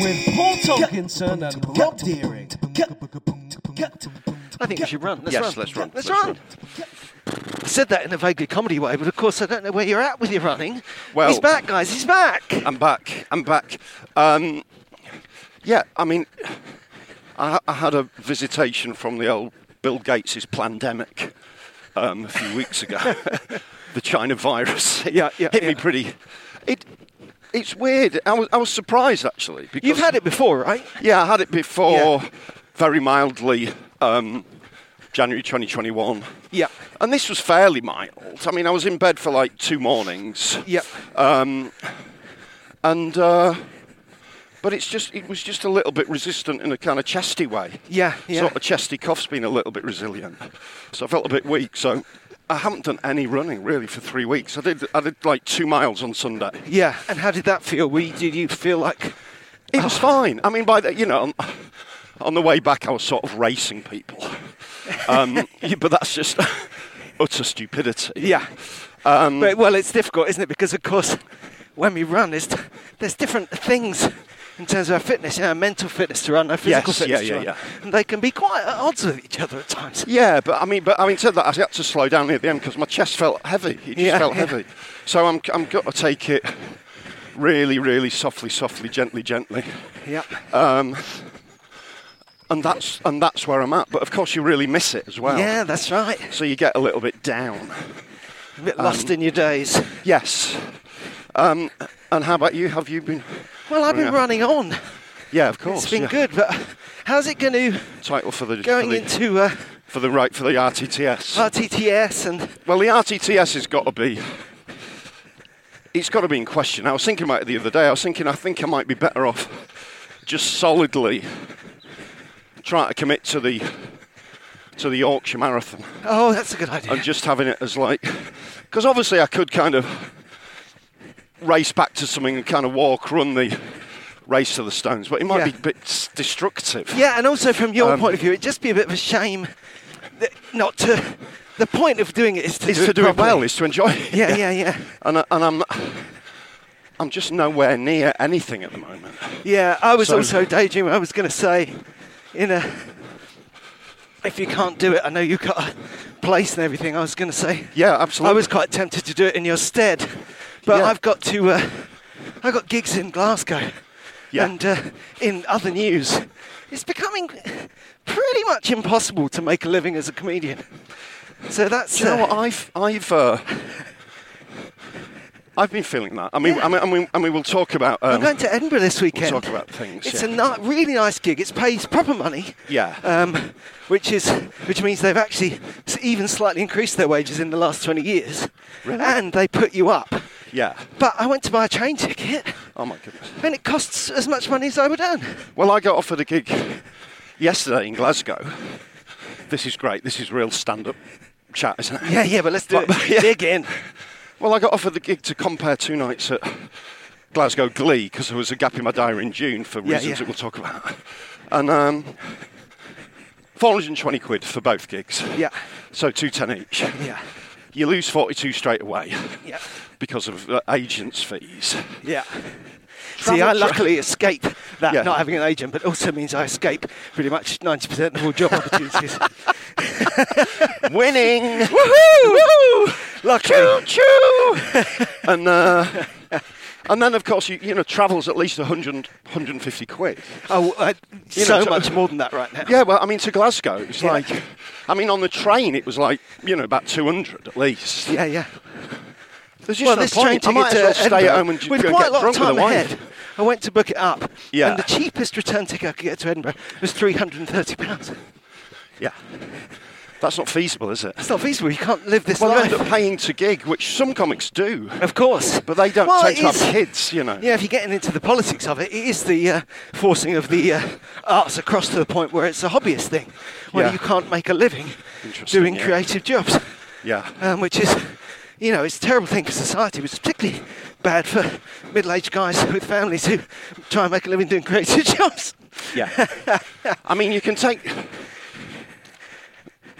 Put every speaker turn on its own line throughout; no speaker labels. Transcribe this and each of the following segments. With Paul Tolkinson and Rob Deering.
I think we should run. Let's
Yes,
run.
let's run.
Let's,
Let's
run. Said that in a vaguely comedy way, but of course I don't know where you're at with your running.
Well-
he's back, guys. He's back.
I'm back. I'm back. Um, yeah, I mean, I, I had a visitation from the old Bill Gates' pandemic um, a few weeks ago. the China virus. It
Yeah, yeah,
Hit me
yeah.
pretty. It, it's weird. I was, I was surprised actually. Because
You've had it before, right?
Yeah, I had it before,
Yeah.
very mildly, um, January 2021.
Yeah.
And this was fairly mild. I mean, I was in bed for like two mornings.
Yeah.
Um, and, uh, but it's just, it was just a little bit resistant in a kind of chesty way.
Yeah, yeah.
Sort of chesty cough's been a little bit resilient. So I felt a bit weak. So I haven't done any running really for three weeks. I did, I did like two miles on Sunday.
Yeah. And how did that feel? Were you, did you feel like?
It was fine. I mean, by the, you know, on, on the way back, I was sort of racing people. Um, yeah, but that's just utter stupidity.
Yeah.
Um,
But, well, it's difficult, isn't it? Because of course, when we run, there's, there's different things in terms of our fitness, you know, our mental fitness to run, our physical
Yes,
fitness to
yeah, yeah,
run,
yeah.
and they can be quite at odds with each other at times.
yeah, but I mean, but I mean, said that I had to slow down near the end because my chest felt heavy. It just
Yeah,
felt
yeah.
heavy. So I'm, I'm got to take it really, really softly, softly, gently, gently.
Yeah.
Um, and that's and that's where I'm at. But of course, you really miss it as well.
Yeah, that's right.
So you get a little bit down.
A bit
Um,
lost in your days.
Yes. Um, and how about you? Have you been?
Well, I've been
Yeah.
running on.
Yeah, of course.
It's been
yeah.
good, but uh, how's it going to
Title for the
going
for the,
into uh,
for the right for the RTTS.
RTTS and
well, the RTTS has got to be. It's got to be in question. I was thinking about it the other day. I was thinking I think I might be better off just solidly trying to commit to the to the Yorkshire Marathon
oh, that's a good idea.
and just having it as like because obviously I could kind of race back to something and kind of walk run the race to the stones, but it might
Yeah.
be a bit s- destructive.
yeah, and also from your
Um,
point of view, it'd just be a bit of a shame that not to. The point of doing it is to
is
do
to
it
do it
properly.
well, is to enjoy it.
Yeah, yeah, yeah.
And, I, and I'm, I'm just nowhere near anything at the moment.
Yeah, I was
So-
also daydreaming. I was going to say, you know, if you can't do it, I know you've got a place and everything. I was going to say,
Yeah, absolutely.
I was quite tempted to do it in your stead, but
Yeah.
I've got to. Uh, I got gigs in Glasgow,
Yeah.
and uh, in other news, it's becoming pretty much impossible to make a living as a comedian. So that's
Do you know
uh,
what? I've, I've, uh, I've been feeling that. I mean, I mean, I mean, I mean, we'll talk about. Um,
I'm going to Edinburgh this weekend.
talk about things,
It's
yeah.
a ni- really nice gig. It pays proper money.
Yeah.
Um, which is which means they've actually s- even slightly increased their wages in the last 20 years.
Really?
And they put you up.
yeah.
But I went to buy a train ticket,
Oh my goodness.
and it costs as much money as I would earn.
Well, I got offered a gig yesterday in Glasgow. This is great. This is real stand-up chat, isn't it?
Yeah, yeah, but let's do
But-
it. Dig in.
Well, I got offered the gig to compare two nights at Glasgow Glee because there was a gap in my diary in June for
Yeah,
reasons
yeah.
that we'll talk about. And um, 420 quid for both gigs.
Yeah.
So 210 each.
Yeah.
You lose 42 straight away
Yeah.
because of uh, agents' fees.
Yeah. See, I luckily escape that
Yeah.
not having an agent, but also means I escape pretty much 90% of all job opportunities.
Winning!
Woohoo! Luckily.
and, uh, and then, of course, you, you know, travel's at least 100, 150 quid.
Oh, I,
You
so
know, so-
much more than that right now.
Yeah, well, I mean, to Glasgow, it's
Yeah.
like, I mean, on the train, it was like, you know, about 200 at least.
Yeah, yeah.
There's just
Well,
no
this
point.
train
I
ticket
might
to
as well stay
Edinburgh,
at home and just
with
go
quite
get
a lot
drunk
of time
with a wife.
ahead, I went to book it up,
Yeah.
and the cheapest return ticket I could get to Edinburgh was three hundred and thirty pounds.
Yeah. That's not feasible, is it?
That's not feasible. You can't live this
Well, I
life.
end up paying to gig, which some comics do,
Of course,
but they don't
Well,
tend
it
to
is-
have kids, you know.
Yeah, if you're getting into the politics of it, it is the uh, forcing of the uh, arts across to the point where it's a hobbyist thing, where
Yeah.
you can't make a living
Interesting,
doing
yeah.
creative jobs.
Yeah.
um, which is, you know, it's a terrible thing for society, but it's particularly bad for middle-aged guys with families who try and make a living doing creative jobs.
Yeah. I mean, you can take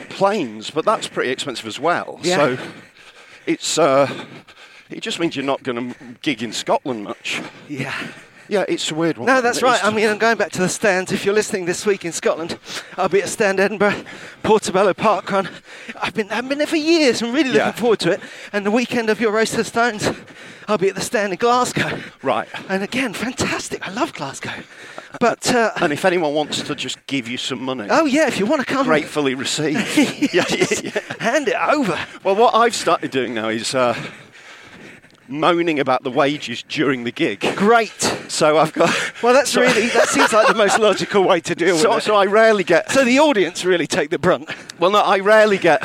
planes, but that's pretty expensive as well.
Yeah.
So it's uh, it just means you're not going to gig in Scotland much.
Yeah.
Yeah, it's a weird one.
No, that's
It's-
right. I mean, I'm going back to the stands. If you're listening this week in Scotland, I'll be at Stand Edinburgh, Portobello Park Run. I've been, I've been there for years. I'm really looking
Yeah.
forward to it. And the weekend of your Race to the Stones, I'll be at the stand in Glasgow.
Right.
And again, fantastic. I love Glasgow. But, uh,
And if anyone wants to just give you some money,
oh yeah, if you want to come,
gratefully receive. yeah, yeah, yeah.
hand it over.
Well, what I've started doing now is uh, moaning about the wages during the gig.
Great.
So I've got.
Well, that's really, that seems like the most logical way to deal with
So,
it.
so I rarely get.
so the audience really take the brunt.
well, no, I rarely get.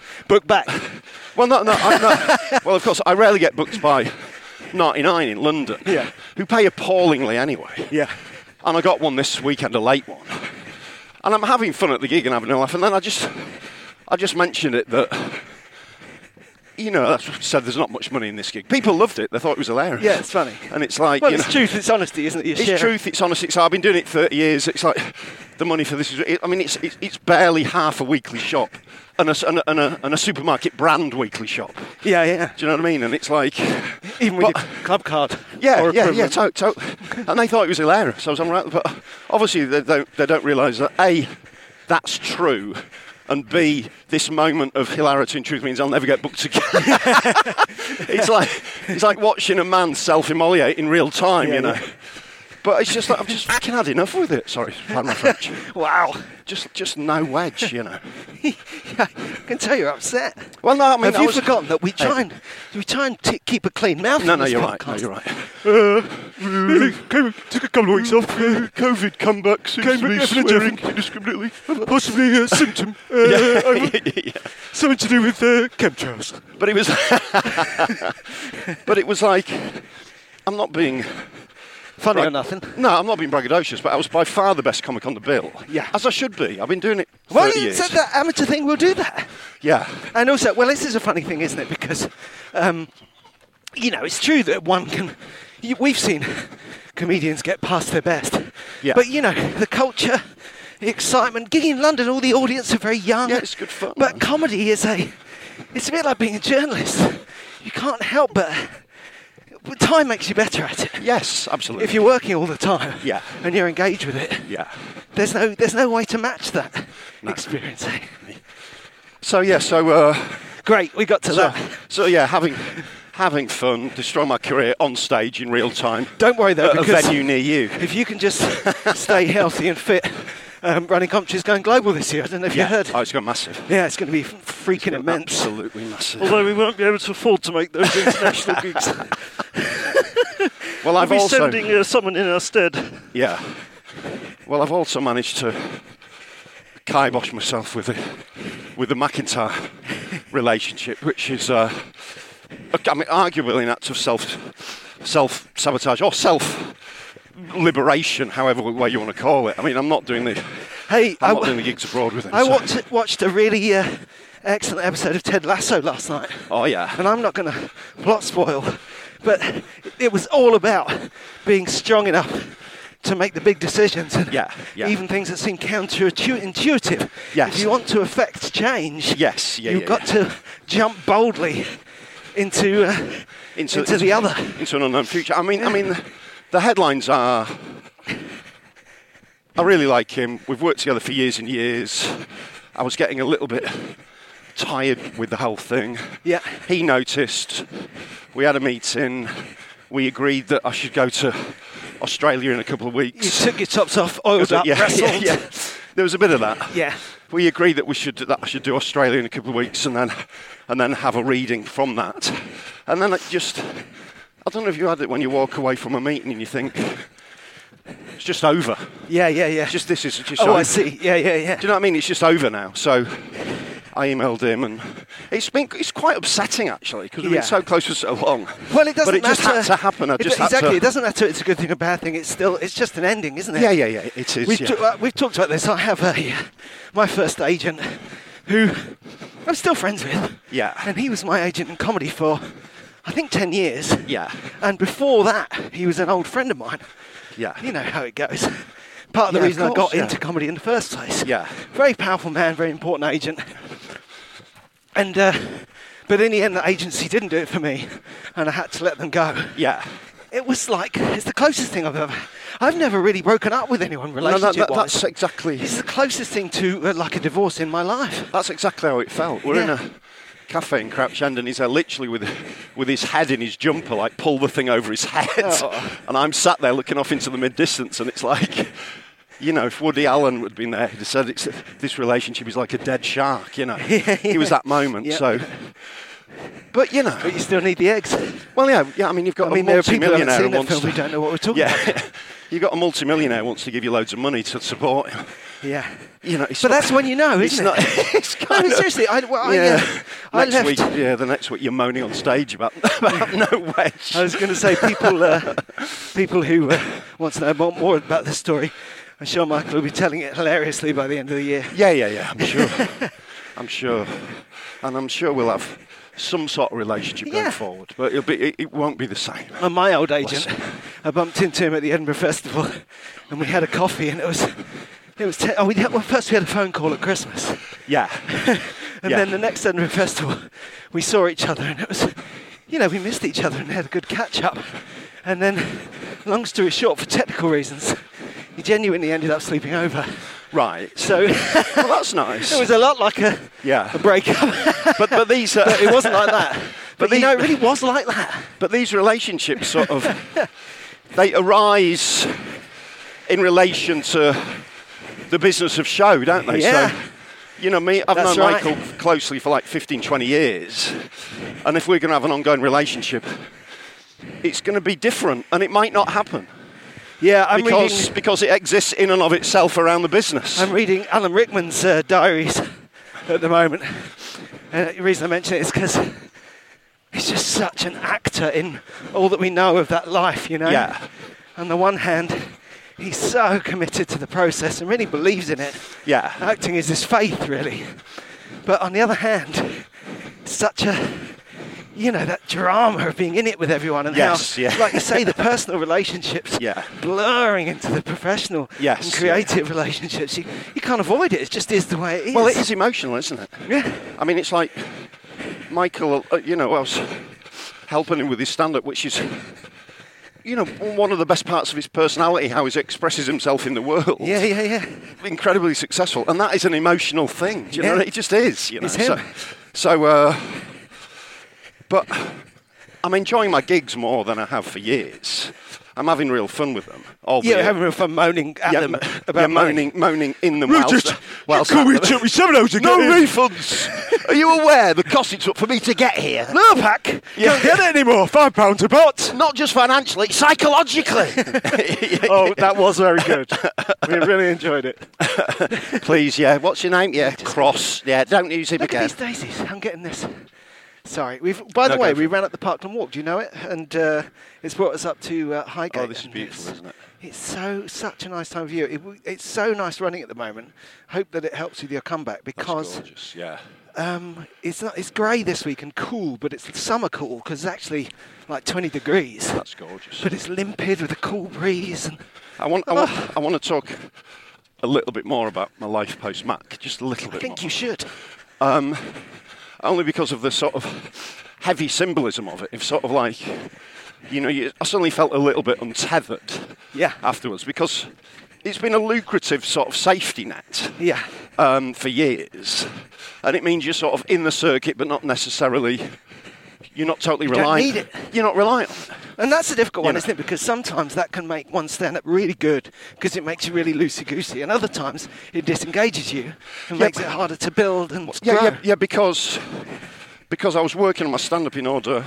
Book back.
Well, no, no, I'm not. well, of course, I rarely get booked by 99 in London,
Yeah.
who pay appallingly anyway.
Yeah.
And I got one this weekend, a late one. And I'm having fun at the gig and having a laugh. And then I just, I just mentioned it that, you know, that's what I said there's not much money in this gig. People loved it. They thought it was hilarious.
Yeah, it's funny.
And it's like,
Well,
you
it's
know,
truth, it's honesty, isn't it? You're
It's
sharing.
truth. It's honest. It's, I've been doing it 30 years. It's like the money for this is. It, I mean, it's, it's it's barely half a weekly shop, and a, s- and a and a and a supermarket brand weekly shop.
Yeah, yeah.
Do you know what I mean? And it's like,
Even with
But-
your club card.
yeah,
or
yeah, yeah,
equivalent.
to, to, and they thought it was hilarious. I was right, but obviously they don't, they don't realise that a, that's true, and b, this moment of hilarity and truth means I'll never get booked again. it's like it's like watching a man self-immolate in real time,
Yeah,
you know.
yeah.
But it's just like I've just fucking had enough with it. Sorry, pardon my French.
Wow.
Just just no wedge, you know.
I can tell you're upset.
Well, no, I mean,
Have
I
you
was-
forgotten that we
Hey.
try and we try and t- keep a clean mouth?
No,
on
no,
this
you're right.
podcast.
No, you're right.
Uh, Came, took a couple of weeks off.
COVID comeback seems
Came back after the swearing Jeffing.
indiscriminately.
Possibly a symptom. Uh, Something to do with uh, chemtrails.
But it was, but it was like, I'm not being
Funny
brag-
or nothing.
No, I'm not being braggadocious, but I was by far the best comic on the bill.
Yeah.
as I should be. I've been doing it. 30
Well, you
years.
said that amateur thing will do that.
Yeah,
And also, well, this is a funny thing, isn't it? Because, um, you know, it's true that one can. You, we've seen comedians get past their best.
Yeah.
But, you know, the culture, the excitement, gigging in London, all the audience are very young.
Yeah, it's good fun,
But
man.
comedy is a. It's a bit like being a journalist. You can't help but. but Time makes you better at it.
yes, absolutely.
If you're working all the time
Yeah.
and you're engaged with it,
yeah.
there's no there's no way to match that experience. eh?
So yeah, so uh,
Great, we got to
so,
that.
so yeah, having having fun, destroying my career on stage in real time.
Don't worry though,
at a
because
venue near you.
if you can just stay healthy and fit, um, running commentary is going global this year. I don't know if you heard.
Oh, it's gone massive.
yeah, it's going to be f- freaking immense.
Absolutely massive.
Although we won't be able to afford to make those international gigs.
well, I've also
uh, someone in our stead.
Yeah. Well, I've also managed to kibosh myself with the, with the McIntyre relationship, which is, uh, I mean, arguably an act of self self sabotage or self liberation, however way you want to call it. I mean, I'm not doing the
Hey,
I'm
I
not
wa-
doing the gigs abroad with him.
I
so-
watched, watched a really uh, excellent episode of Ted Lasso last night.
Oh yeah.
and I'm not going to plot spoil, but it was all about being strong enough to make the big decisions and
Yeah, yeah.
even things that seem counterintuitive.
Yes.
If you want to affect change,
Yes, yeah,
you've
yeah,
got
yeah.
to jump boldly into, uh, into, the other.
into an unknown future. I mean, I mean, the headlines are. I really like him. We've worked together for years and years. I was getting a little bit tired with the whole thing.
Yeah.
He noticed. We had a meeting. We agreed that I should go to Australia in a couple of
You
weeks.
took your tops off, oiled
So,
up, wrestled.
yeah. There was a bit of that.
Yeah.
We agreed that we should that I should do Australia in a couple of weeks and then and then have a reading from that. And then it just I don't know if you had it when you walk away from a meeting and you think it's just over.
yeah, yeah, yeah.
It's just this is just
oh,
over.
I see. Yeah, yeah, yeah.
Do you know what I mean? It's just over now. So I emailed him and it's been it's quite upsetting actually because we've
Yeah.
been so close for so long.
Well, it doesn't
But it
matter.
just had to happen. I
It-
just had
exactly.
to-
It doesn't matter. It's a good thing, a bad thing. It's still. It's just an ending, isn't it?
Yeah, yeah, yeah. It is.
We've,
yeah.
t- uh, we've talked about this. I have a my first agent, who I'm still friends with.
Yeah.
And he was my agent in comedy for, I think, ten years.
Yeah.
And before that, he was an old friend of mine.
Yeah.
You know how it goes. Part of the
Yeah, of
reason I
course,
got
yeah.
into comedy in the first place.
Yeah.
Very powerful man. Very important agent. And uh, but in the end, the agency didn't do it for me, and I had to let them go.
yeah.
It was like it's the closest thing I've ever. I've never really broken up with anyone
No, that,
relationship
that, that's exactly
It's the closest thing to uh, like a divorce in my life.
That's exactly how it felt. We're in
Yeah.
a cafe in Crouch End, and he's there literally with, with his head in his jumper, like pull the thing over his head.
Oh.
And I'm sat there looking off into the mid distance, and it's like, you know, if Woody Allen would have been there, he'd have said it's, this relationship is like a dead shark, you know. It was that moment.
Yeah.
So, but you know,
But you still need the eggs.
well, yeah, yeah. I mean, you've got
I mean,
a
there are people who haven't
multi-millionaire
seen
who
that
wants
film.
to,
We don't know what we're talking about.
yeah, you've got a multi-millionaire who wants to give you loads of money to support him.
Yeah.
You know, it's
But
not-
that's when you know,
it's
isn't
not,
it?
It's kind
no,
of-
seriously. I, well, I,
yeah.
uh, I
next
left.
week, yeah, the next week you're moaning on stage about, about no wedge.
I was going to say people, uh, people who uh, want to know more, more about this story. I'm sure Michael will be telling it hilariously by the end of the year.
yeah, yeah, yeah. I'm sure. I'm sure, and I'm sure we'll have some sort of relationship
Yeah.
going forward. But it'll be, it, it won't be the same.
And my old agent,
Bless
I bumped into him at the Edinburgh Festival, and we had a coffee, and it was, it was. Te- oh, we had, well, first we had a phone call at Christmas,
Yeah,
and
Yeah.
then the next Edinburgh Festival, we saw each other, and it was, you know, we missed each other and had a good catch up, and then, long story short, for technical reasons, he genuinely ended up sleeping over.
right. So
So
well, that's nice.
it was a lot like a,
Yeah.
a breakup.
but but these uh,
it wasn't like that. But,
But
you
the-
know, it really was like that.
But these relationships sort of they arise in relation to the business of show, don't they?
Yeah.
So you know me, I've
That's
known
right.
Michael closely for like 15, 20 years. And if we're gonna have an ongoing relationship, it's gonna be different and it might not happen.
Yeah, I'm
because
reading.
because it exists in and of itself around the business.
I'm reading Alan Rickman's uh, diaries at the moment. And the reason I mention it is because he's just such an actor in all that we know of that life, you know?
Yeah.
On the one hand, he's so committed to the process and really believes in it.
Yeah.
Acting is his faith, really. But on the other hand, such a, you know, that drama of being in it with everyone and
Yes,
how,
yeah.
like you say, the personal relationships
Yeah.
blurring into the professional
Yes,
and
yeah.
creative relationships. You, you can't avoid it. It just is the way it is.
Well, it is emotional, isn't it?
Yeah.
I mean, it's like Michael, uh, you know, I was helping him with his stand up, which is, you know, one of the best parts of his personality, how he expresses himself in the world.
Yeah, yeah, yeah.
Incredibly successful. And that is an emotional thing. Do you know
Yeah.
know? It just is, you know.
It's
So,
him.
so uh, but I'm enjoying my gigs more than I have for years. I'm having real fun with them.
Yeah,
albeit-
having real fun moaning at them
m-
about
yeah,
money.
moaning, moaning in the
Rupert,
whilst,
you
whilst
call me
at them.
Terry Seminoles
No
again.
refunds. Are you aware the cost it's up for me to get here?
No pack.
Yeah.
Can't get it anymore. Five pounds a pot.
Not just financially, psychologically.
Oh, that was very good. we really enjoyed it.
Please, yeah. What's your name? Yeah, Cross. Yeah, don't use him
Look
again.
at these daisies. I'm getting this. Sorry. We've. By the
No,
way,
go for
we
it.
ran up the Parkland Walk. Do you know it? And uh, it's brought us up to uh, Highgate.
Oh, this is
and
beautiful,
it's-
isn't it?
It's so such a nice time of year. It, w- it's so nice running at the moment. Hope that it helps with your comeback because
Yeah.
um, it's not. It's grey this week and cool, but it's summer cool because it's actually like 20 degrees.
gorgeous.
But it's limpid with a cool breeze. And
I want, I want, I want to talk a little bit more about my life post Mac, just a little
I
bit.
think
more.
you should.
Um, only because of the sort of heavy symbolism of it. It's sort of like, you know, you, I suddenly felt a little bit untethered
Yeah.
afterwards because it's been a lucrative sort of safety net
Yeah.
um, for years. And it means you're sort of in the circuit, but not necessarily, you're not totally
don't
reliant.
need it.
You're not reliant on it.
And that's a difficult
You
one,
know.
isn't it? Because sometimes that can make one stand up really good because it makes you really loosey goosey, and other times it disengages you and
Yeah,
makes
but-
it harder to build and
Yeah,
grow.
yeah, yeah, because because I was working on my stand up in order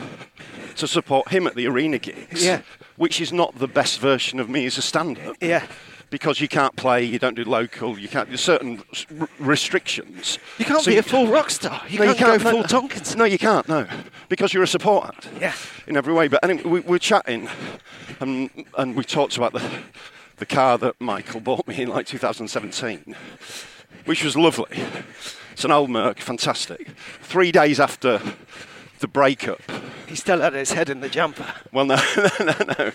to support him at the arena gigs.
Yeah.
Which is not the best version of me as a stand up.
Yeah.
Because you can't play, you don't do local, you can't. There's certain s- r- restrictions.
You can't
So
be a full rock star. You
No,
can't, go
no,
full
no.
Tonkins.
No, you can't. No, because you're a support act.
Yeah.
In every way, but anyway, we we were chatting, and and we talked about the the car that Michael bought me in like 2017, which was lovely. It's an old Merc, fantastic. Three days after the breakup,
He still had his head in the jumper.
well, no, no, no, no.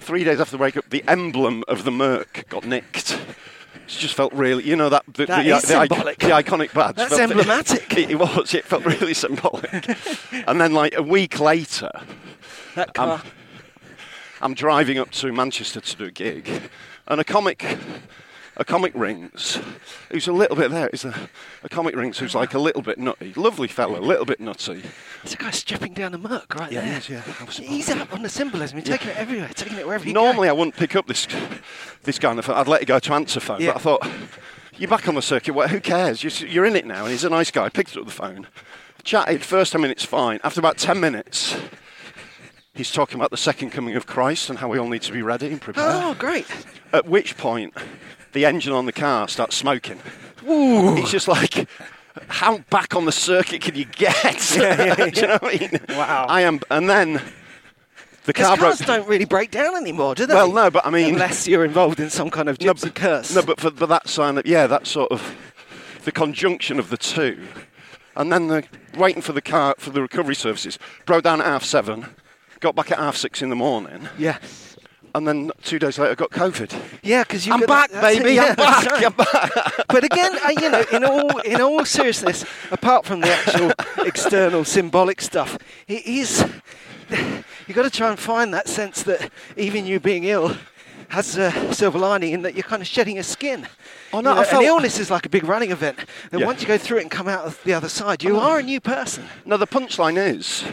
Three days after the breakup, the emblem of the Merc got nicked. It just felt really, you know, that the,
That
the,
is
the, ic-
symbolic.
the iconic badge.
That's
felt-
emblematic.
It, it was. It felt really symbolic. and then, like a week later,
That car.
I'm, I'm driving up to Manchester to do a gig, and a comic, a comic rings, who's a little bit there. Is a, a comic rings who's like a little bit nutty, lovely fella, a little bit nutty.
It's a guy stripping down the muck right
Yeah, he
there.
is, yeah. I was
He's
surprised.
up on the symbolism. He's taking it everywhere, taking it wherever he
Normally, I
goes.
wouldn't pick up this this kind of phone. I'd let it go to answer phone.
Yeah.
But I thought, you're back on the circuit. Well, who cares? You're, you're in it now. And he's a nice guy. Picked up the phone, chatted. First ten minutes, fine. After about ten minutes, he's talking about the second coming of Christ and how we all need to be ready and prepared.
Oh, great.
At which point, the engine on the car starts smoking. It's just like, how back on the circuit can you get? Do you know what I mean?
Wow.
I am, and then the
Because
car broke.
cars don't really break down anymore, do they?
Well, no, but I mean-
Unless you're involved in some kind of
No,
gypsy
but-
curse.
No, but for, for that sign of yeah, that sort of the conjunction of the two, and then the waiting for the car for the recovery services. Drove down at half seven, got back at half six in the morning,
Yeah.
and then two days later got COVID.
Yeah, because you
I'm
could-
back,
that's it,
baby.
yeah,
I'm
that's
back.
right.
I'm back.
But again, uh, you know, in all in all seriousness, apart from the actual external symbolic stuff, it is you got to try and find that sense that even you being ill has a silver lining in that you're kind of shedding your skin.
Oh, no,
You
I felt-
an illness is like a big running event, and
Yeah.
once you go through it and come out of the other side, you are a new person.
No, the punchline is,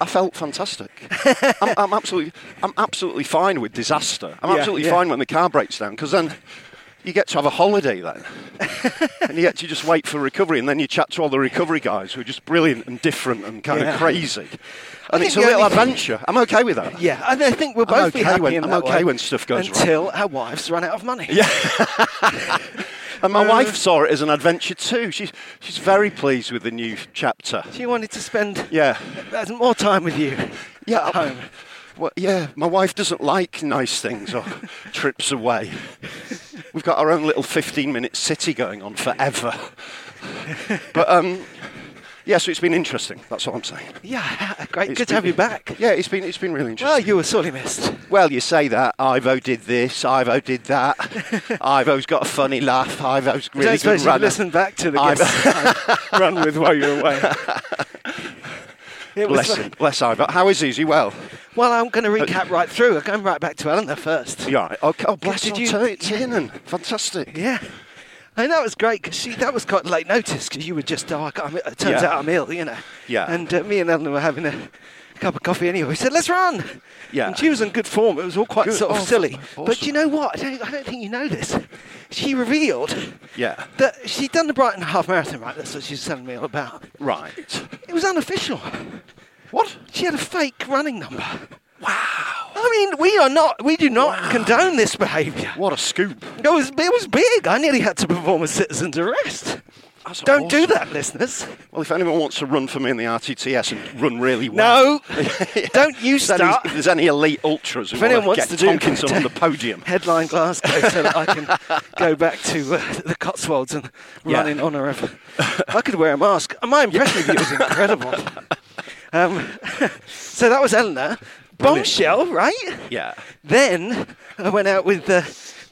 I felt fantastic. I'm, I'm absolutely, I'm absolutely fine with disaster. I'm
Yeah,
absolutely
yeah.
fine when the car breaks down because then you get to have a holiday then, and you get to just wait for recovery, and then you chat to all the recovery guys who are just brilliant and different and kind
Yeah.
of crazy,
I
and
think
it's a
the
little
only-
adventure. I'm okay with that.
Yeah, and I think we'll
I'm
both be
okay
happy
when-
in
I'm
that
okay
way
when stuff goes wrong.
until our wives run out of money. Uh,
And my wife saw it as an adventure too. She's she's very pleased with the new chapter.
She wanted to spend
Yeah.
uh, more time with you.
Yeah,
at
I-
home.
Well, yeah, my wife doesn't like nice things or trips away. We've got our own little 15 minute city going on forever. But um, yeah, so it's been interesting. That's all I'm saying.
Yeah, great.
It's
Good to
been-
have you back.
Yeah, it's been, it's been really interesting.
Well, you were sorely missed.
Well, you say that. Ivo did this. Ivo did that. Ivo's got a funny laugh. Ivo's really
Don't
good
suppose you
runner.
listen back to the
I've-
guests run with while you're away. It was
Bless him. Bless Ivo. How is he? Is he well?
Well, I'm going to recap right through. I'm going right back to Eleanor first.
You all right? Okay. Oh, bless
Did
you.
you-
It's in and fantastic.
Yeah. And that was great because that was quite late notice because you were just, oh, I can't- I'm, it turns
Yeah.
out I'm ill, you know.
Yeah.
And uh, me and Eleanor were having a cup of coffee anyway. We said, let's run.
Yeah.
And she was in good form. It was all quite
Good.
sort of
Awesome.
silly. But
Awesome.
you know what? I don't, I don't think you know this. She revealed
Yeah.
that she'd done the Brighton Half Marathon, right? That's what she was telling me all about.
Right.
It was unofficial. What? She had a fake running number. Wow. I mean, we are not, we do not condone this behaviour.
What a scoop.
It was, it was big. I nearly had to perform a citizen's arrest.
That's
Don't do
awesome.
that, listeners.
Well, if anyone wants to run for me in the RTTS and run really well,
No. Don't you
If there's any-
start.
If there's any elite ultras who
If anyone
want
wants
to
to
get
do
Tomkinson on the podium,
Headline Glasgow so that I can go back to uh, the Cotswolds and run
Yeah.
in honour of. I could wear a mask. My impression of you was incredible. Um, so that was Eleanor.
brilliant.
bombshell, right?
Yeah.
Then I went out with uh,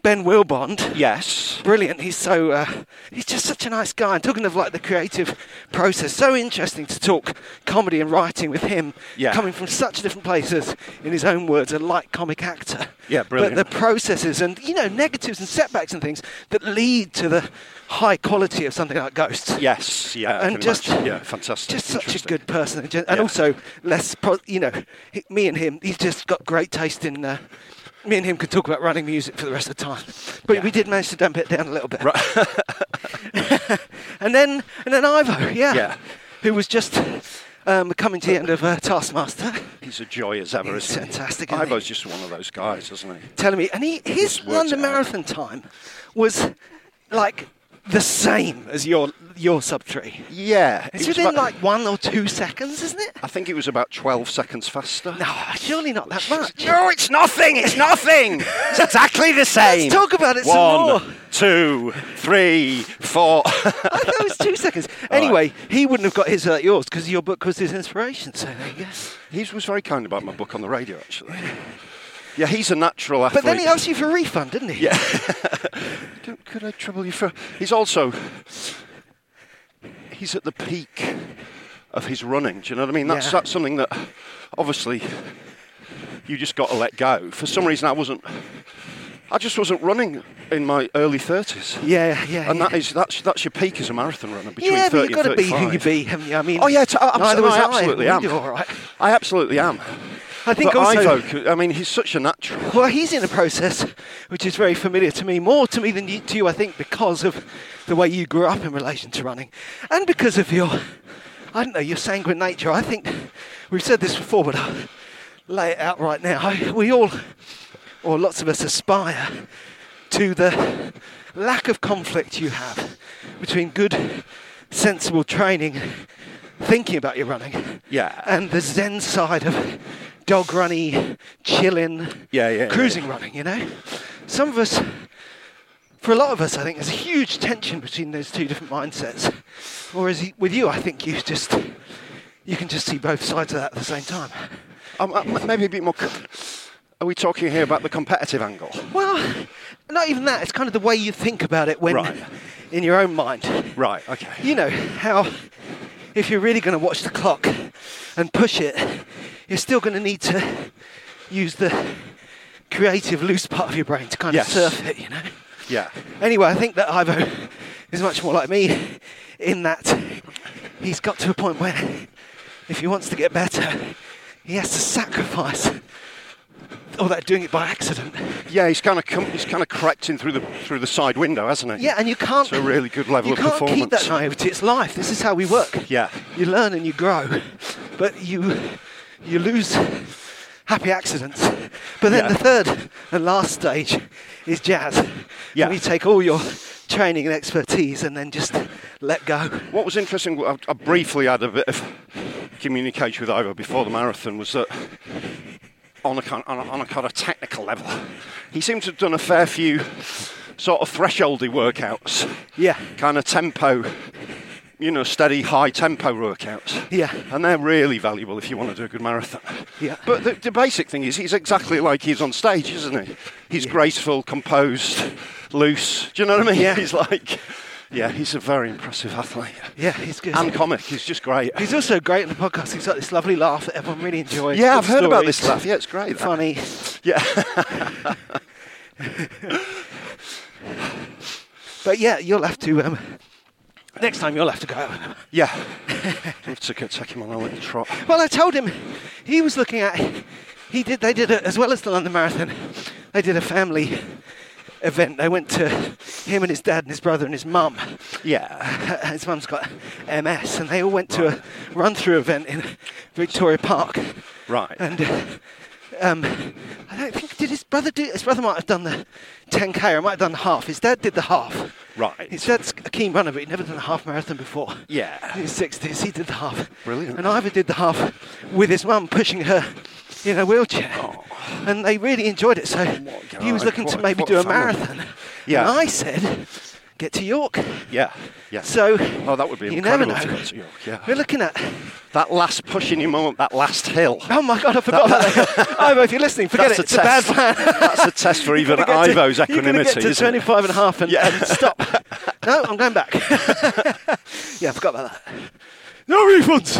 Ben Wilbond.
Yes.
Brilliant. He's so uh, he's just such a nice guy. And talking of like the creative process, so interesting to talk comedy and writing with him,
Yeah.
coming from such different places. In his own words, a light comic actor.
Yeah, brilliant.
But the processes and you know negatives and setbacks and things that lead to the high quality of something like Ghosts.
Yes. Yeah. I
And
can
just
imagine. Uh, yeah, fantastic.
Just such a
Interesting.
good person, and, gen- and
Yeah.
also less, pro- you know, he- me and him. He's just got great taste in. Uh, me and him could talk about running music for the rest of the time, but
Yeah.
we did manage to dump it down a little bit. and then and then Ivo, yeah,
Yeah.
who was just um, coming to the end of uh, Taskmaster,
He's a joy as ever,
He's
isn't he?
fantastic, isn't he?
Ivo's just one of those guys, isn't he?
telling me, and he, his
Just works
London
it out.
Marathon time was like the same as your your sub three.
Yeah.
It's
it was
within
about-
like one or two seconds, isn't it?
I think it was about 12 seconds faster.
No, surely not that much.
No, it's nothing. It's nothing. It's exactly the same.
Let's talk about it some
One,
more.
two, three, four.
I thought it was two seconds. Anyway, he wouldn't have got his like yours because your book was his inspiration. So there you go.
he was very kind about my book on the radio, actually. Yeah, he's a natural athlete.
But then he asked you for a refund, didn't he? Yeah.
Don't- Could I trouble you for? He's also. He's at the peak of his running. Do you know what I mean? That's
Yeah.
that's something that, obviously, you just got to let go. For some reason, I wasn't. I just wasn't running in my early thirties.
Yeah, yeah.
And
yeah.
that is that's that's your peak as a marathon runner between
yeah,
30
but you've got to
and
be who you
35.
be, haven't you? I mean,
Oh yeah, t- I, abso-
neither was
I
I.
absolutely
We
am.
do all right.
I absolutely am.
I think
but
also.
Ivo, c- I mean, he's such a natural.
Well, he's in a process which is very familiar to me, more to me than you, to you, I think, because of the way you grew up in relation to running, and because of your, I don't know, your sanguine nature. I think we've said this before, but I'll lay it out right now. I, we all, or lots of us, aspire to the lack of conflict you have between good, sensible training, thinking about your running,
Yeah.
and the zen side of dog runny, chilling,
Yeah, yeah, yeah,
cruising
yeah.
running, you know? Some of us, for a lot of us, I think there's a huge tension between those two different mindsets. Whereas y- with you, I think you just, you can just see both sides of that at the same time.
Um, uh, m- maybe a bit more. c- Are we talking here about the competitive angle?
Well, not even that, it's kind of the way you think about it when
Right.
in your own mind.
Right. Okay.
You know, how if you're really going to watch the clock and push it, you're still going to need to use the creative, loose part of your brain to kind
Yes.
of surf it, you know?
Yeah.
Anyway, I think that Ivo is much more like me in that he's got to a point where if he wants to get better, he has to sacrifice all that doing it by accident.
Yeah. He's kind of come, he's kind of cracked in through the through the side window, hasn't he?
Yeah, and you can't.
It's a really good level
you
of
can't
performance.
keep that naivety. It's life. This is how we work.
Yeah.
You learn and you grow, but you you lose happy accidents. But then
Yeah.
the third and last stage is jazz.
Yeah.
When you take all your training and expertise and then just let go.
What was interesting, I, I briefly had a bit of communication with Ivo before the marathon, was that on a, kind, on a, on a kind of technical level, he seemed to have done a fair few sort of thresholdy workouts,
Yeah.
kind of tempo, you know, steady high tempo workouts.
Yeah.
And they're really valuable if you want to do a good marathon.
Yeah.
But the, the basic thing is, he's exactly like he is on stage, isn't he? He's graceful, composed, loose. Do you know what I mean?
Yeah.
He's like, yeah, he's a very impressive athlete.
Yeah, he's good.
And comic, he's just great.
He's also great on the podcast. He's got this lovely laugh that everyone really enjoys.
yeah,
Good
I've heard about
stories.
this laugh. Yeah, it's great. that.
Funny.
Yeah.
But yeah, you'll have to. Um, next time you'll have to go out with him.
yeah. Love to go take him on a little trot.
Well, I told him he was looking at. He did. They did a, as well as the London Marathon. They did a family event. They went to him and his dad and his brother and his mum. Uh,
Yeah.
His mum's got MS, and they all went to a run-through event in Victoria Park.
Right.
And uh, um, I don't think did his brother do. His brother might have done the 10k, or might have done the half. His dad did the half.
Right.
His dad's a keen runner, but he'd never done a half marathon before
Yeah.
in his 60s. He did the half.
Brilliant.
And Ivor did the half with his mum pushing her in a wheelchair. And they really enjoyed it. So
Oh. my
he was
God,
looking to
what a-
maybe
what
do
a
a
family.
marathon.
Yeah.
And I said, get to York.
Yeah, yeah.
So
oh, that would be
you never
incredible
know.
to go to York, yeah.
We're looking at
that last pushing your moment, that last hill.
oh my god, I forgot about that. Ivo, if you're listening, forget
That's
it. It's
a
a bad
test.
plan.
That's a test for even
You're gonna get to-
Ivo's
You're going to
equanimity.
get to
isn't it?
25 and a half and,
Yeah.
and stop. no, I'm going back. yeah, I forgot about that.
No refunds.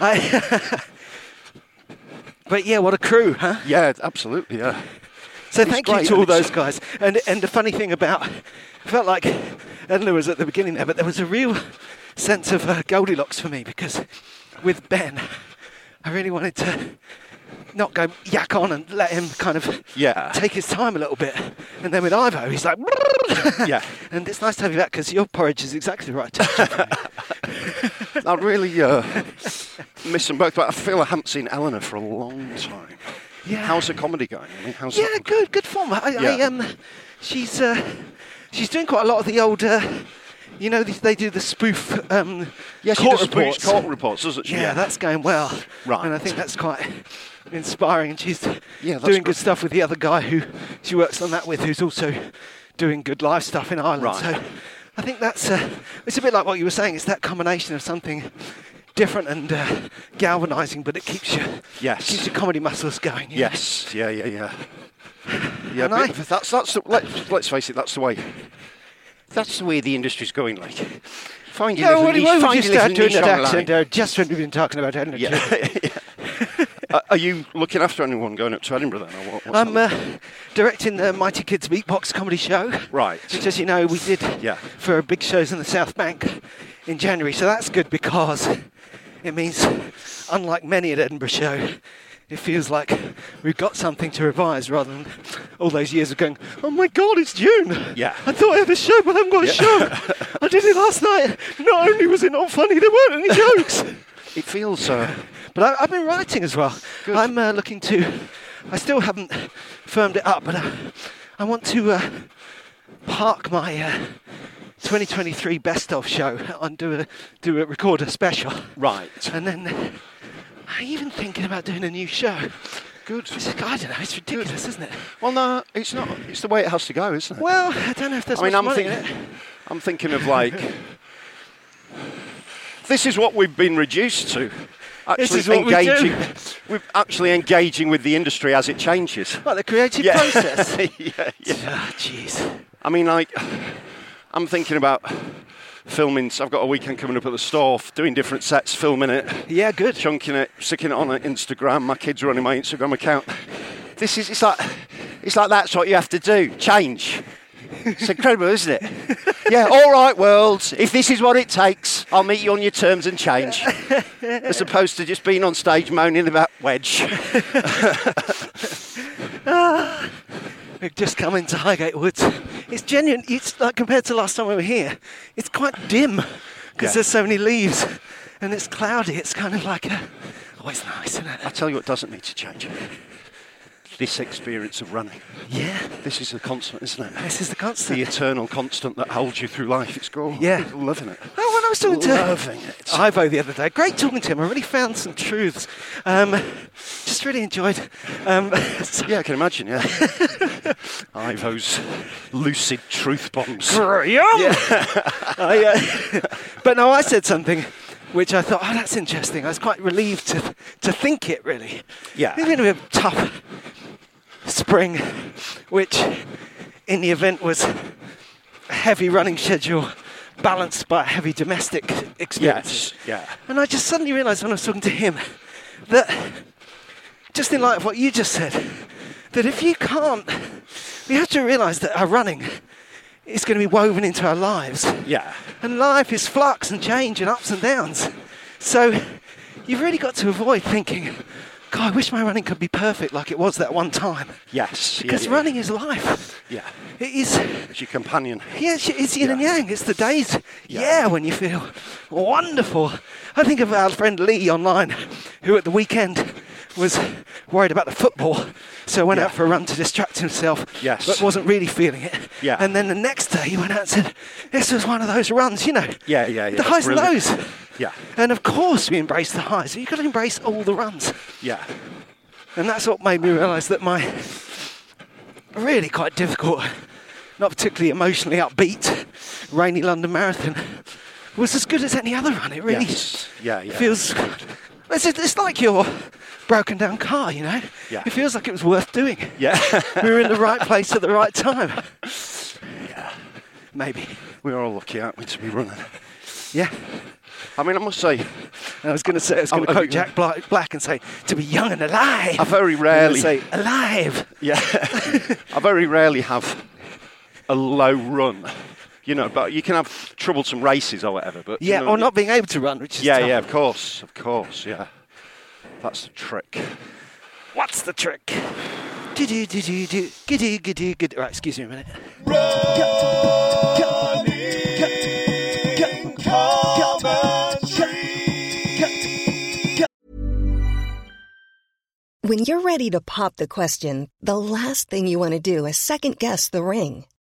I but yeah, what a crew, huh?
yeah, absolutely. Yeah.
So thank you
great,
to all
and it's-
those guys. And and the funny thing about, I felt like Edna was at the beginning there, but there was a real sense of uh, Goldilocks for me because with Ben, I really wanted to not go yak on and let him kind of
Yeah.
take his time a little bit. And then with Ivo, he's like,
Yeah.
And it's nice to have you back because your porridge is exactly the right. temperature for me.
I really uh, miss them both, but I feel I haven't seen Eleanor for a long time.
Yeah.
How's the comedy going? I mean, how's
Yeah,
that-
good, good form. I, I,
Yeah.
um, she's uh, she's doing quite a lot of the old, uh, you know, they, they do the spoof um,
Yeah, she
court
does
reports.
spooks court reports, doesn't she?
yeah, that's going well.
Right.
and I think that's quite inspiring. And she's
Yeah, that's
doing
good.
good stuff with the other guy who she works on that with, who's also doing good live stuff in Ireland.
Right.
So I think that's uh, it's a bit like what you were saying. It's that combination of something. Different and uh, galvanising, but it keeps your
Yes.
keeps your comedy muscles going. you know?
Yes. Yeah. Yeah. Yeah. Yeah.
And
but
I-
that's that's the, let's let's face it. That's the way. That's the way the industry's going. Like finding
Yeah,
little
why,
niche,
why would you
finding little
start doing
niche
that
online.
accent there just when we've been talking about Edinburgh?
Yeah. Are- Are you looking after anyone going up to Edinburgh then? Or what, what's
I'm uh,
happening?
directing the Mighty Kids Beatbox comedy show.
Right.
Which, as you know, we did
Yeah.
for our big shows in the South Bank in January. So that's good because it means, unlike many at Edinburgh show, it feels like we've got something to revise rather than all those years of going, oh my God, it's June.
Yeah.
I thought I had a show, but I haven't got a show. I did it last night. Not only was it not funny, there weren't any jokes.
It feels. Uh,
But I, I've been writing as well. I'm uh, looking to. I still haven't firmed it up, but I, I want to uh, park my uh, 2023 best of show and do a do a record a special.
Right.
And then I'm even thinking about doing a new show.
Good.
It's, I don't know. It's ridiculous, isn't it?
well, no, it's not. It's the way it has to go, isn't it?
Well, I don't know if there's
I mean,
much
I'm
money in
thinking,
it.
I'm thinking of like, this is what we've been reduced to. Actually
is what we do.
engaging, we are actually engaging with the industry as it changes.
Like the creative
Yeah.
process.
yeah, yeah.
Ah, Jeez.
I mean, like, I'm thinking about filming. So I've got a weekend coming up at the store, f- doing different sets, filming it,
Yeah, good.
chunking it, sticking it on a Instagram. My kids are running my Instagram account. This is it's like it's like that's what you have to do. Change. It's incredible, isn't it? Yeah. All right, world. If this is what it takes, I'll meet you on your terms and change. As opposed to just being on stage moaning about wedge.
We've just come into Highgate Woods. It's genuine. It's like compared to last time we were here, it's quite dim because
Yeah.
there's so many leaves and it's cloudy. It's kind of like a. Oh, it's nice, isn't
I
it?
tell you what doesn't need to change. This experience of running.
Yeah.
This is the constant, isn't it?
This is the
the
constant.
eternal constant that holds you through life. It's cool.
Yeah.
Loving it.
Oh, when I was talking to
Loving it.
Ivo the other day, great talking to him. I really found some truths. Um, just really enjoyed. Um, so-
Yeah, I can imagine, yeah. Ivo's lucid truth bombs.
Yeah. I, uh, but no, I said something which I thought, oh, that's interesting. I was quite relieved to, to think it, really.
Yeah.
We're going to have a tough spring, which in the event was a heavy running schedule balanced by a heavy domestic experience.
Yes, yeah.
And I just suddenly realised when I was talking to him that, just in light of what you just said, that if you can't, we have to realise that our running is going to be woven into our lives.
Yeah.
And life is flux and change and ups and downs. So you've really got to avoid thinking, God, I wish my running could be perfect like it was that one time.
Yes. yeah,
Because
yeah,
running is life.
Yeah.
It is
It's your companion.
yeah, it's, it's yin and
Yeah.
yang. It's the days,
Yeah.
yeah. when you feel wonderful. I think of our friend Lee online, who at the weekend was worried about the football, so went
Yeah.
out for a run to distract himself,
Yes.
but wasn't really feeling it.
Yeah.
And then the next day he went out and said, "This was one of those runs, you know.
Yeah, yeah, yeah.
The highs
Brilliant.
and lows.
Yeah.
And of course we embrace the highs. You've got to embrace all the runs.
Yeah.
And that's what made me realise that my really quite difficult, not particularly emotionally upbeat rainy London Marathon was as good as any other run. It really
Yes. Yeah, yeah.
feels. It's, it's like your broken down car, you know?
Yeah.
It feels like it was worth doing.
Yeah.
we were in the right place at the right time. Yeah. Maybe.
we are all lucky, aren't we, to be running?
Yeah.
I mean, I must say,
And I was going to say, I was going to
Oh,
quote
yeah.
Jack Black, Black and say, to be young and alive.
I very
I'm gonna
rarely,
say, alive.
yeah, I very rarely have a low run. You know, but you can have troublesome races or whatever. But you
Yeah,
know,
or not being able to run, which is
Yeah,
tough.
yeah, of course, of course, yeah. That's the trick.
What's the trick? Do do do do do giddy giddy giddy. Right, excuse me a minute.
When you're ready to pop the question, the last thing you want to do is second guess the ring.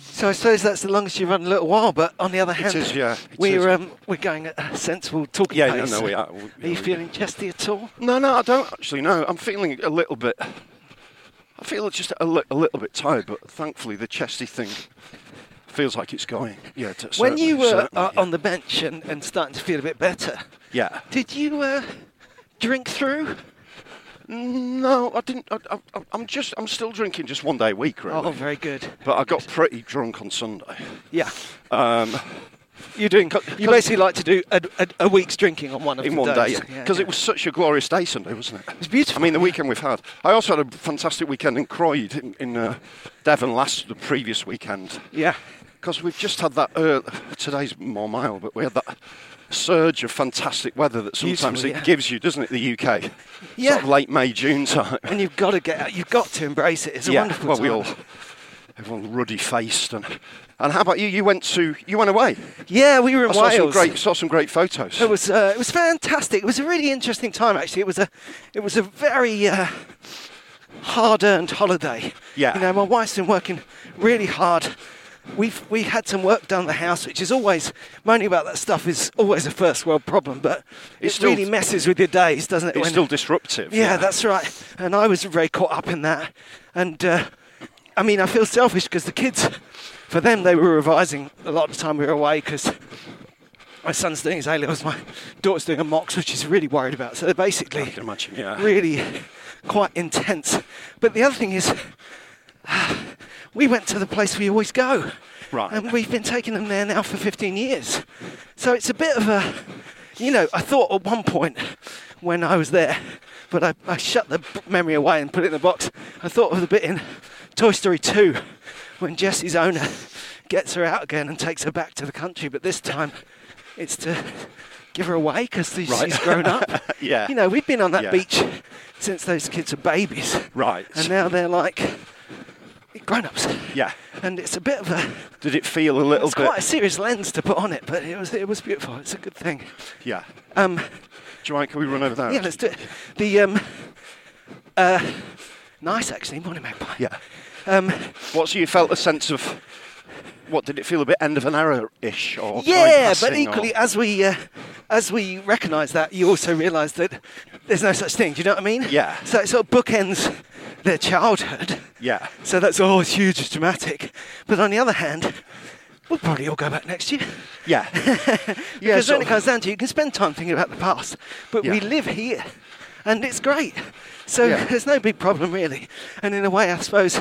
So I suppose that's the longest you've run in a little while. But on the other hand,
is, yeah, it
we're
is.
Um, we're going at a sensible talking
Yeah, no,
pace.
no, we are. We-
are you
we-
feeling chesty at all?
No, no, I don't actually. No, I'm feeling a little bit. I feel just a, li- a little bit tired, but thankfully the chesty thing feels like it's going. Yeah, to,
when you
certainly,
were
certainly,
uh, on the bench and, and starting to feel a bit better,
yeah.
did you uh, drink through?
No, I didn't. I, I, I'm- I'm just. I'm still drinking just one day a week, really.
Oh, very good.
But I got pretty drunk on Sunday.
Yeah,
Um,
you're doing.
Co-
You
co-
basically like to do a, a, a week's drinking on one of
in
the
one day,
days.
because it was such a glorious day Sunday, wasn't it? It
was beautiful,
I mean, the weekend we've had. I also had a fantastic weekend in Croyd in, in uh, Devon last the previous weekend.
Yeah.
Because we've just had that, uh, today's more mild, but we had that surge of fantastic weather that sometimes
Beautiful,
it
yeah.
gives you, doesn't it, the UK?
Yeah.
Sort of late May, June time.
And you've got to get out. You've got to embrace it. It's a
yeah,
wonderful
well,
time.
we all, everyone ruddy faced. And, and how about you? You went to, you went away.
Yeah, we were in
I saw
Wales.
some, great, saw some great photos.
It was uh, it was fantastic. It was a really interesting time actually. It was a it was a very uh, hard-earned holiday.
Yeah.
You know, my wife's been working really hard. We've we had some work done the house, which is always moaning about that stuff is always a first world problem, but
It's
it
still-
really messes with your days, doesn't it?
it's
when-
still disruptive.
yeah, that's right. And I was very caught up in that. And uh, I mean, I feel selfish because the kids, for them, they were revising a lot of the time we were away because my son's doing his A levels, my daughter's doing a mocks, which she's really worried about. So they're basically
I can imagine, yeah.
really quite intense. But the other thing is, we went to the place we always go.
Right.
And we've been taking them there now for 15 years. So it's a bit of a, you know, I thought at one point when I was there, but I, I shut the b- memory away and put it in the box. I thought of the bit in Toy Story 2 when Jesse's owner gets her out again and takes her back to the country, but this time it's to give her away because
Right.
she's grown up.
Yeah.
You know, we've been on that
Yeah.
beach since those kids are babies.
Right.
And now they're like grown ups.
Yeah.
And it's a bit of a
Did it feel a little
it's
bit?
quite a serious lens to put on it, but it was it was beautiful. It's a good thing.
yeah.
Um,
Do you mind? Can we run over that?
yeah, let's do it. The um, uh, nice actually, morning magpie.
Yeah.
Um,
What? So you felt a sense of What did it feel a bit end of an era ish or going
Yeah, but
passing or-
equally, as we uh, as we recognise that, you also realise that there's no such thing. Do you know what I mean?
Yeah.
So it sort of bookends their childhood.
yeah,
So that's oh, it's huge, it's dramatic. But on the other hand, we'll probably all go back next year.
yeah, yeah.
because
sort
when it
of.
comes down to it, you can spend time thinking about the past, but we
Yeah.
live here, and it's great. So
Yeah.
there's no big problem really. And in a way, I suppose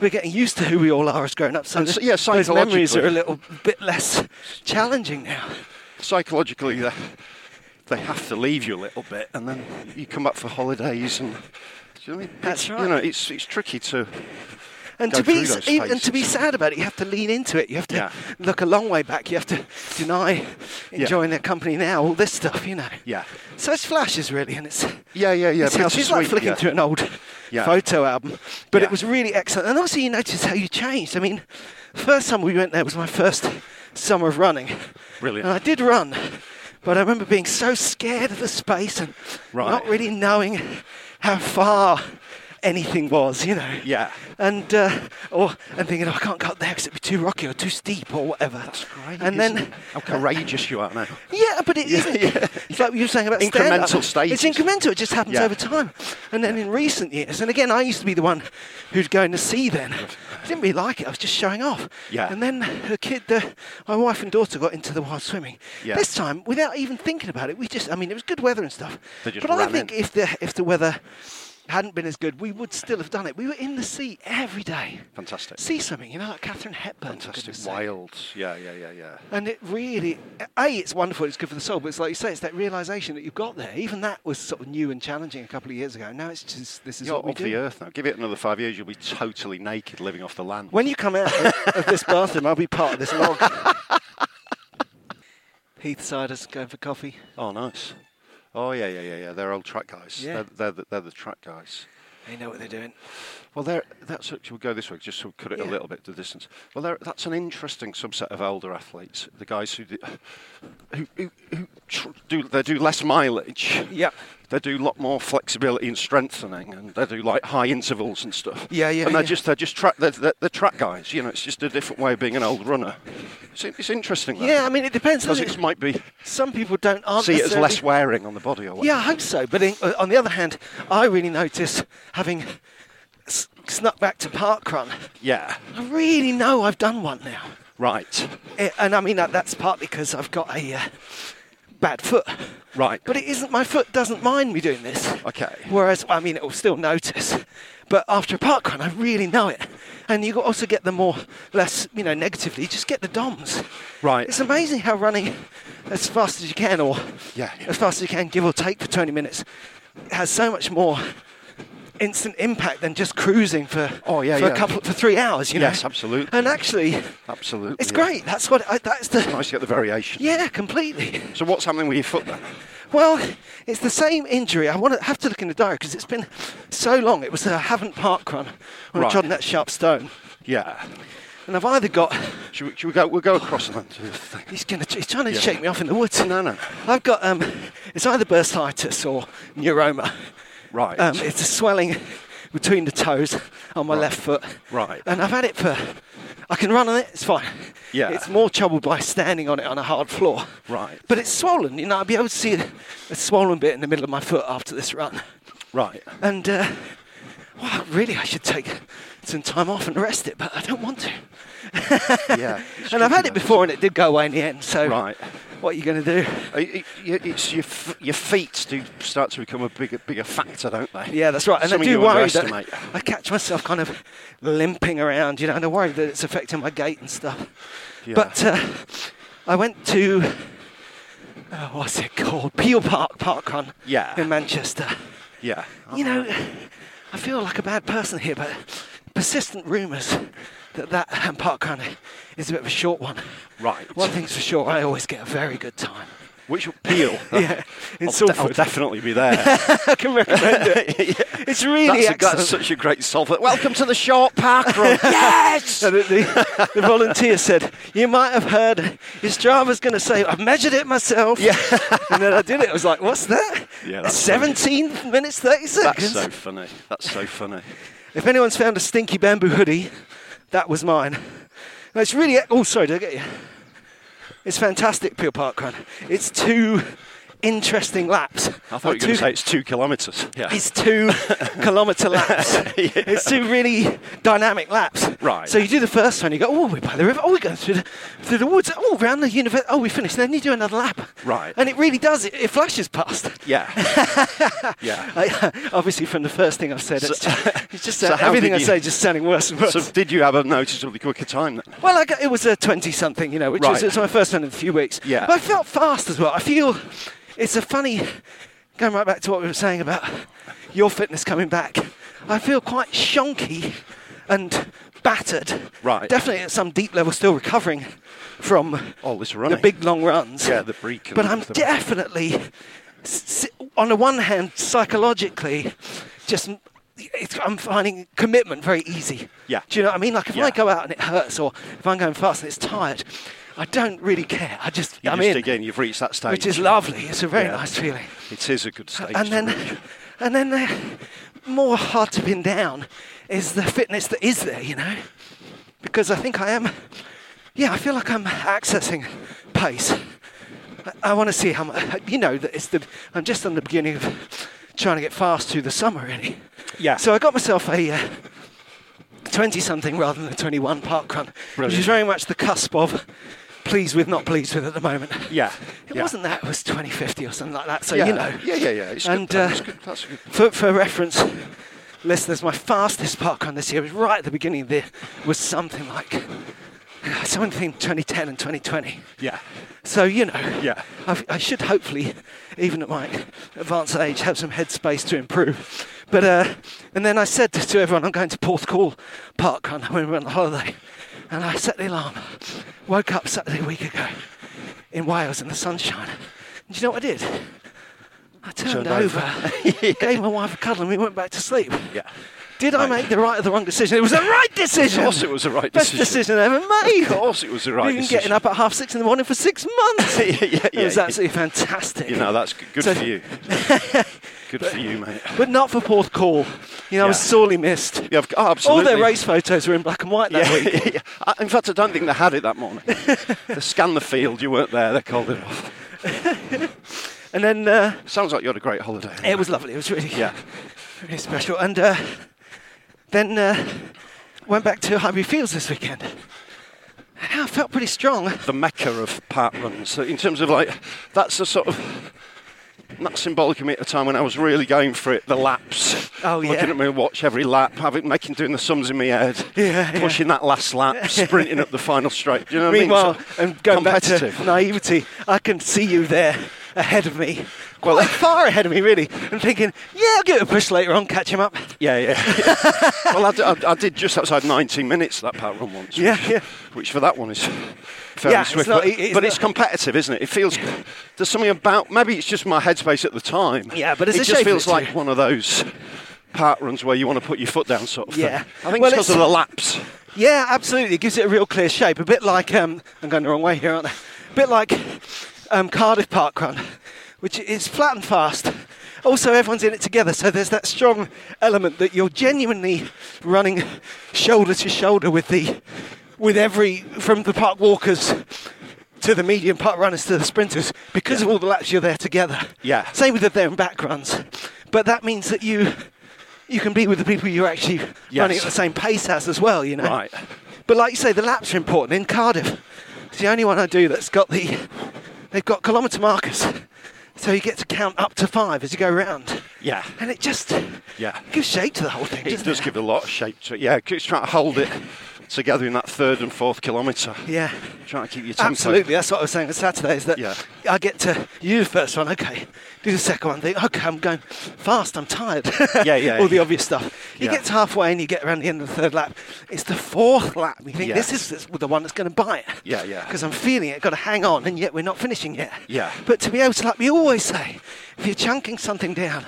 we're getting used to who we all are as grown-ups. So,
And so-
th-
yeah,
those memories are
psychologically.
a little bit less challenging now.
psychologically they, they have to leave you a little bit and then you come back for holidays and do you know what I mean?
That's
It's-
right.
You know, it's it's tricky to
And
go
to be
through those
s- e- and to be
phases.
sad about it, you have to lean into it. You have to
Yeah.
look a long way back. You have to deny enjoying their company now. All this stuff, you know.
Yeah.
So it's flashes really, and it's
Yeah, yeah, yeah.
It's,
but
it's
how
just like
sweet,
flicking
yeah.
through an old
Yeah.
photo album, but
Yeah.
it was really excellent. And also, you notice how you changed. I mean, first time we went there was my first summer of running.
Brilliant.
And I did run, but I remember being so scared of the space and
Right.
not really knowing how far anything was, you know
Yeah.
and uh, or and thinking, oh, I can't go up there because it'd be too rocky or too steep or whatever. That's
Great,
And
isn't
then,
it? how courageous you are now.
yeah, but it isn't. It's like you were saying about stand-up.
Incremental stages.
It's incremental. It just happens
Yeah.
over time. And then in recent years, and again, I used to be the one who'd go in to see. Then I didn't really like it. I was just showing off.
Yeah.
And then the kid, the, my wife and daughter got into the wild swimming.
Yeah.
This time, without even thinking about it, we just. I mean, it was good weather and stuff.
They just
but I
ran
think
in.
if the if the weather hadn't been as good, we would still have done it. We were in the sea every day.
Fantastic.
See something, you know, like Catherine Hepburn. for
Fantastic.
goodness sake.
Wilds. Yeah, yeah, yeah, yeah.
And it really, A, it's wonderful, it's good for the soul, but it's like you say, it's that realization that you've got there. Even that was sort of new and challenging a couple of years ago. Now it's just, this is
You're
what we
off the
do.
earth now. Give it another five years, you'll be totally naked living off the land.
When you come out of, of this bathroom, I'll be part of this log. Heath Siders going for coffee.
Oh, nice. Oh, yeah, yeah, yeah, yeah. They're old track guys.
Yeah.
They're, they're, the, they're the track guys.
They know what they're doing.
Well, there. That's should we go this way? Just to cut it a
Yeah.
little bit the distance. Well, there, that's an interesting subset of older athletes. The guys who do, who, who, who tr- do they do less mileage.
Yeah.
They do a lot more flexibility and strengthening, and they do like high intervals and stuff.
Yeah, yeah,
And they're
yeah.
just they're just track they're, they're, they're track guys. You know, it's just a different way of being an old runner. It's, it's interesting. Though,
Yeah, I mean, it depends.
because
doesn't
it
it?
might be
Some people don't aren't
see it as
necessarily-
less wearing on the body or whatever.
Yeah, I hope so. But in, uh, on the other hand, I really notice having s- snuck back to park run.
Yeah.
I really know I've done one now.
Right.
Eh, and I mean, that, that's partly because I've got a uh, bad foot.
Right.
But it isn't, my foot doesn't mind me doing this.
Okay.
Whereas, I mean, it will still notice. But after a park run, I really know it. And you also get the more, less, you know, negatively, you just get the DOMs.
Right.
It's amazing how running as fast as you can, or
Yeah.
as fast as you can, give or take for 20 minutes, has so much more instant impact than just cruising for
Oh, yeah,
for
yeah.
a couple for three hours you know
Yes, absolutely.
and actually
Absolutely.
it's
yeah.
great. That's what I, that's the
Nice to get the variation.
yeah, completely.
So what's happening with your foot then?
Well, it's the same injury. I want to have to look in the diary because it's been so long. It was a haven't park run when I
Right.
trod on that sharp stone,
Yeah.
and I've either got
Should we, should we go? We'll go across and then do the thing.
he's gonna he's trying to
Yeah.
shake me off in the woods.
No, no.
I've got um, it's either bursitis or neuroma.
Right.
Um, it's a swelling between the toes on my
Right.
left foot.
Right.
And I've had it for. I can run on it. It's fine.
Yeah.
It's more trouble by standing on it on a hard floor.
Right.
But it's swollen. You know, I'll be able to see a, a swollen bit in the middle of my foot after this run.
Right.
And uh, well, really, I should take some time off and rest it, but I don't want to.
Yeah. it's
and I've had it
tricky, though,
before, and it did go away in the end. So
Right.
what are you going to do?
isn't it? It- it- Uh, It's your f- your feet do start to become a bigger bigger factor, don't they?
Yeah, that's right. And
Something
I do
you
worry
underestimate.
that I catch myself kind of limping around, you know, and I worry that it's affecting my gait and stuff.
Yeah.
But uh, I went to uh, what's it called? Peel Park Park Run.
Yeah.
In Manchester.
yeah.
You know, I feel like a bad person here, but persistent rumours that that um, park run is a bit of a short one.
Right.
One thing's for sure, I always get a very good time.
Which peel?
Yeah, in
I'll, de- I'll
Salford.
definitely be there.
I can recommend it. It's really
that's, a,
excellent.
that's such a great Salford. Welcome to the short park run. yes.
And the, the, the volunteer said, You might have heard your Strava's going to say, I've measured it myself. Yeah. and then I did it. I was like, What's that?
Yeah, that's
17 minutes, 30
That's
seconds.
so funny. That's so funny.
If anyone's found a stinky bamboo hoodie, that was mine. No, it's really. Oh, sorry, did I get you? It's fantastic, Peel Park Run. It's two interesting laps.
I thought you were going to say it's two kilometres. Yeah.
Oh, It's two kilometre laps. It's two really dynamic laps.
Right.
So you do the first one, you go, oh, we're by the river, oh, we're going through the, through the woods, oh, round the university, oh, we finished. Then you do another lap.
Right.
And it really does, it, it flashes past.
Yeah. yeah.
I, obviously, from the first thing I've said, it's
So-
just, it's just
so
uh,
how
everything
did
I
you-
say is just sounding worse and worse.
So did you have a noticeably quicker time then?
Well, I got, it was a 20 something, you know, which was,
Right.
it was my first one in a few weeks.
Yeah.
But I felt fast as well. I feel it's a funny, going right back to what we were saying about your fitness coming back, I feel quite shonky and battered.
Right.
Definitely at some deep level, still recovering from
All Oh, this running.
the big long runs.
Yeah, the break and
But I'm
the-
definitely, s- s- on the one hand, psychologically, just. It's, I'm finding commitment very easy.
Yeah.
Do you know what I mean? Like if
Yeah.
I go out and it hurts, or if I'm going fast and it's tired, I don't really care. I just
You
I'm
just
in,
again, you've reached that stage.
which is lovely. It's a very
Yeah.
nice feeling.
It is a good stage.
and
to
then,
reach.
and then uh, more hard to pin down is the fitness that is there. You know, because I think I am. Yeah, I feel like I'm accessing pace. I, I want to see how much. You know that it's the. I'm just on the beginning of trying to get fast through the summer, really.
Yeah.
So I got myself a. Uh, 20 something rather than a 21 park run, which
Brilliant.
is very much the cusp of pleased with, not pleased with at the moment.
Yeah,
It
yeah.
wasn't that, it was 2050 or something like that, so
yeah.
you know.
Yeah, yeah, yeah. It's good
and
plan,
uh,
it's good- That's a good.
for, for reference, listeners, my fastest park run this year was right at the beginning of the year, was something like something between 2010 and 2020.
Yeah.
So you know,
Yeah.
I've, I should hopefully, even at my advanced age, have some headspace to improve. But uh, and then I said to everyone, I'm going to Porthcawl Park on when we were on holiday, and I set the alarm. Woke up Saturday a week ago in Wales in the sunshine. And do you know what I did? I turned,
Turned over.
over, gave my wife a cuddle, and we went back to sleep.
Yeah.
Did I
Right.
make the right or the wrong decision? It was the right decision.
course it was the right
Best
decision.
decision I ever made.
Of course it was the right
We've been
decision.
getting up at half six in the morning for six months.
Yeah, yeah,
it
yeah,
was
yeah.
absolutely fantastic.
You know, that's g- good
So-
for you. good for you, mate.
But not for Porth Call. You know, I was
Yeah.
sorely missed.
Yeah, of c- oh,
All their
absolutely.
race photos were in black and white that
Yeah,
week.
yeah. I- In fact, I don't think they had it that morning. they scanned the field. You weren't there. They called it off.
And then uh,
Sounds like you had a great holiday.
It was lovely. It was really,
Yeah.
really special. And uh, then uh, went back to Highbury Fields this weekend. And I felt pretty strong.
the mecca of park runs. So in terms of like, that's the sort of not symbolic of me at the time when I was really going for it. The laps.
Oh, yeah.
Looking at my watch every lap, having making doing the sums in my head.
Yeah, yeah.
Pushing that last lap, sprinting up the final straight. Do you know what I
Meanwhile,
mean? So
and going back to
competitive.
naivety, I can see you there ahead of me. Well, far ahead of me, really. I'm thinking, yeah, I'll give it a push later on, catch him up.
Yeah, yeah. well, I d- I d- I did just outside 19 minutes that park run once.
Yeah,
which,
yeah.
Which for that one is fairly
Yeah, it's
swift.
not-
but
it's
but
not-
it's competitive, isn't it? It feels there's something about maybe it's just my headspace at the time.
Yeah, but it's
it
a
just
shame
feels
that
like
you-
one of those park runs where you want to put your foot down, sort of.
Yeah.
thing. I think
Well,
it's because
it's-
of the laps.
Yeah, absolutely. It gives it a real clear shape. A bit like um, I'm going the wrong way here, aren't I? A bit like um, Cardiff Park Run, which is flat and fast. Also, everyone's in it together, so there's that strong element that you're genuinely running shoulder to shoulder with the with every from the park walkers to the medium park runners to the sprinters because of all the laps you're there together.
Yeah.
Same with the there and back runs, but that means that you you can be with the people you're actually
Yes.
running at the same pace as as well. You know.
Right.
But like you say, the laps are important in Cardiff. It's the only one I do that's got the. They've got kilometre markers, so you get to count up to five as you go round.
Yeah.
And it just
Yeah.
gives shape to the whole thing.
It
doesn't
does give a lot of shape to it. Yeah, 'cause it's trying to hold it together in that third and fourth kilometre.
Yeah.
Trying to keep your tempo.
Absolutely, that's what I was saying on Saturday. Is that
Yeah.
I get to you do the first one, okay, do the second one, think, okay, I'm going fast, I'm tired.
Yeah, yeah,
All the
yeah.
obvious stuff. You
Yeah.
get to halfway and you get around the end of the third lap. It's the fourth lap. You think
Yeah.
this is this- the one that's going to bite.
Yeah, yeah.
Because I'm feeling it, got to hang on, and yet we're not finishing yet.
Yeah.
But to be able to, like we always say, if you're chunking something down,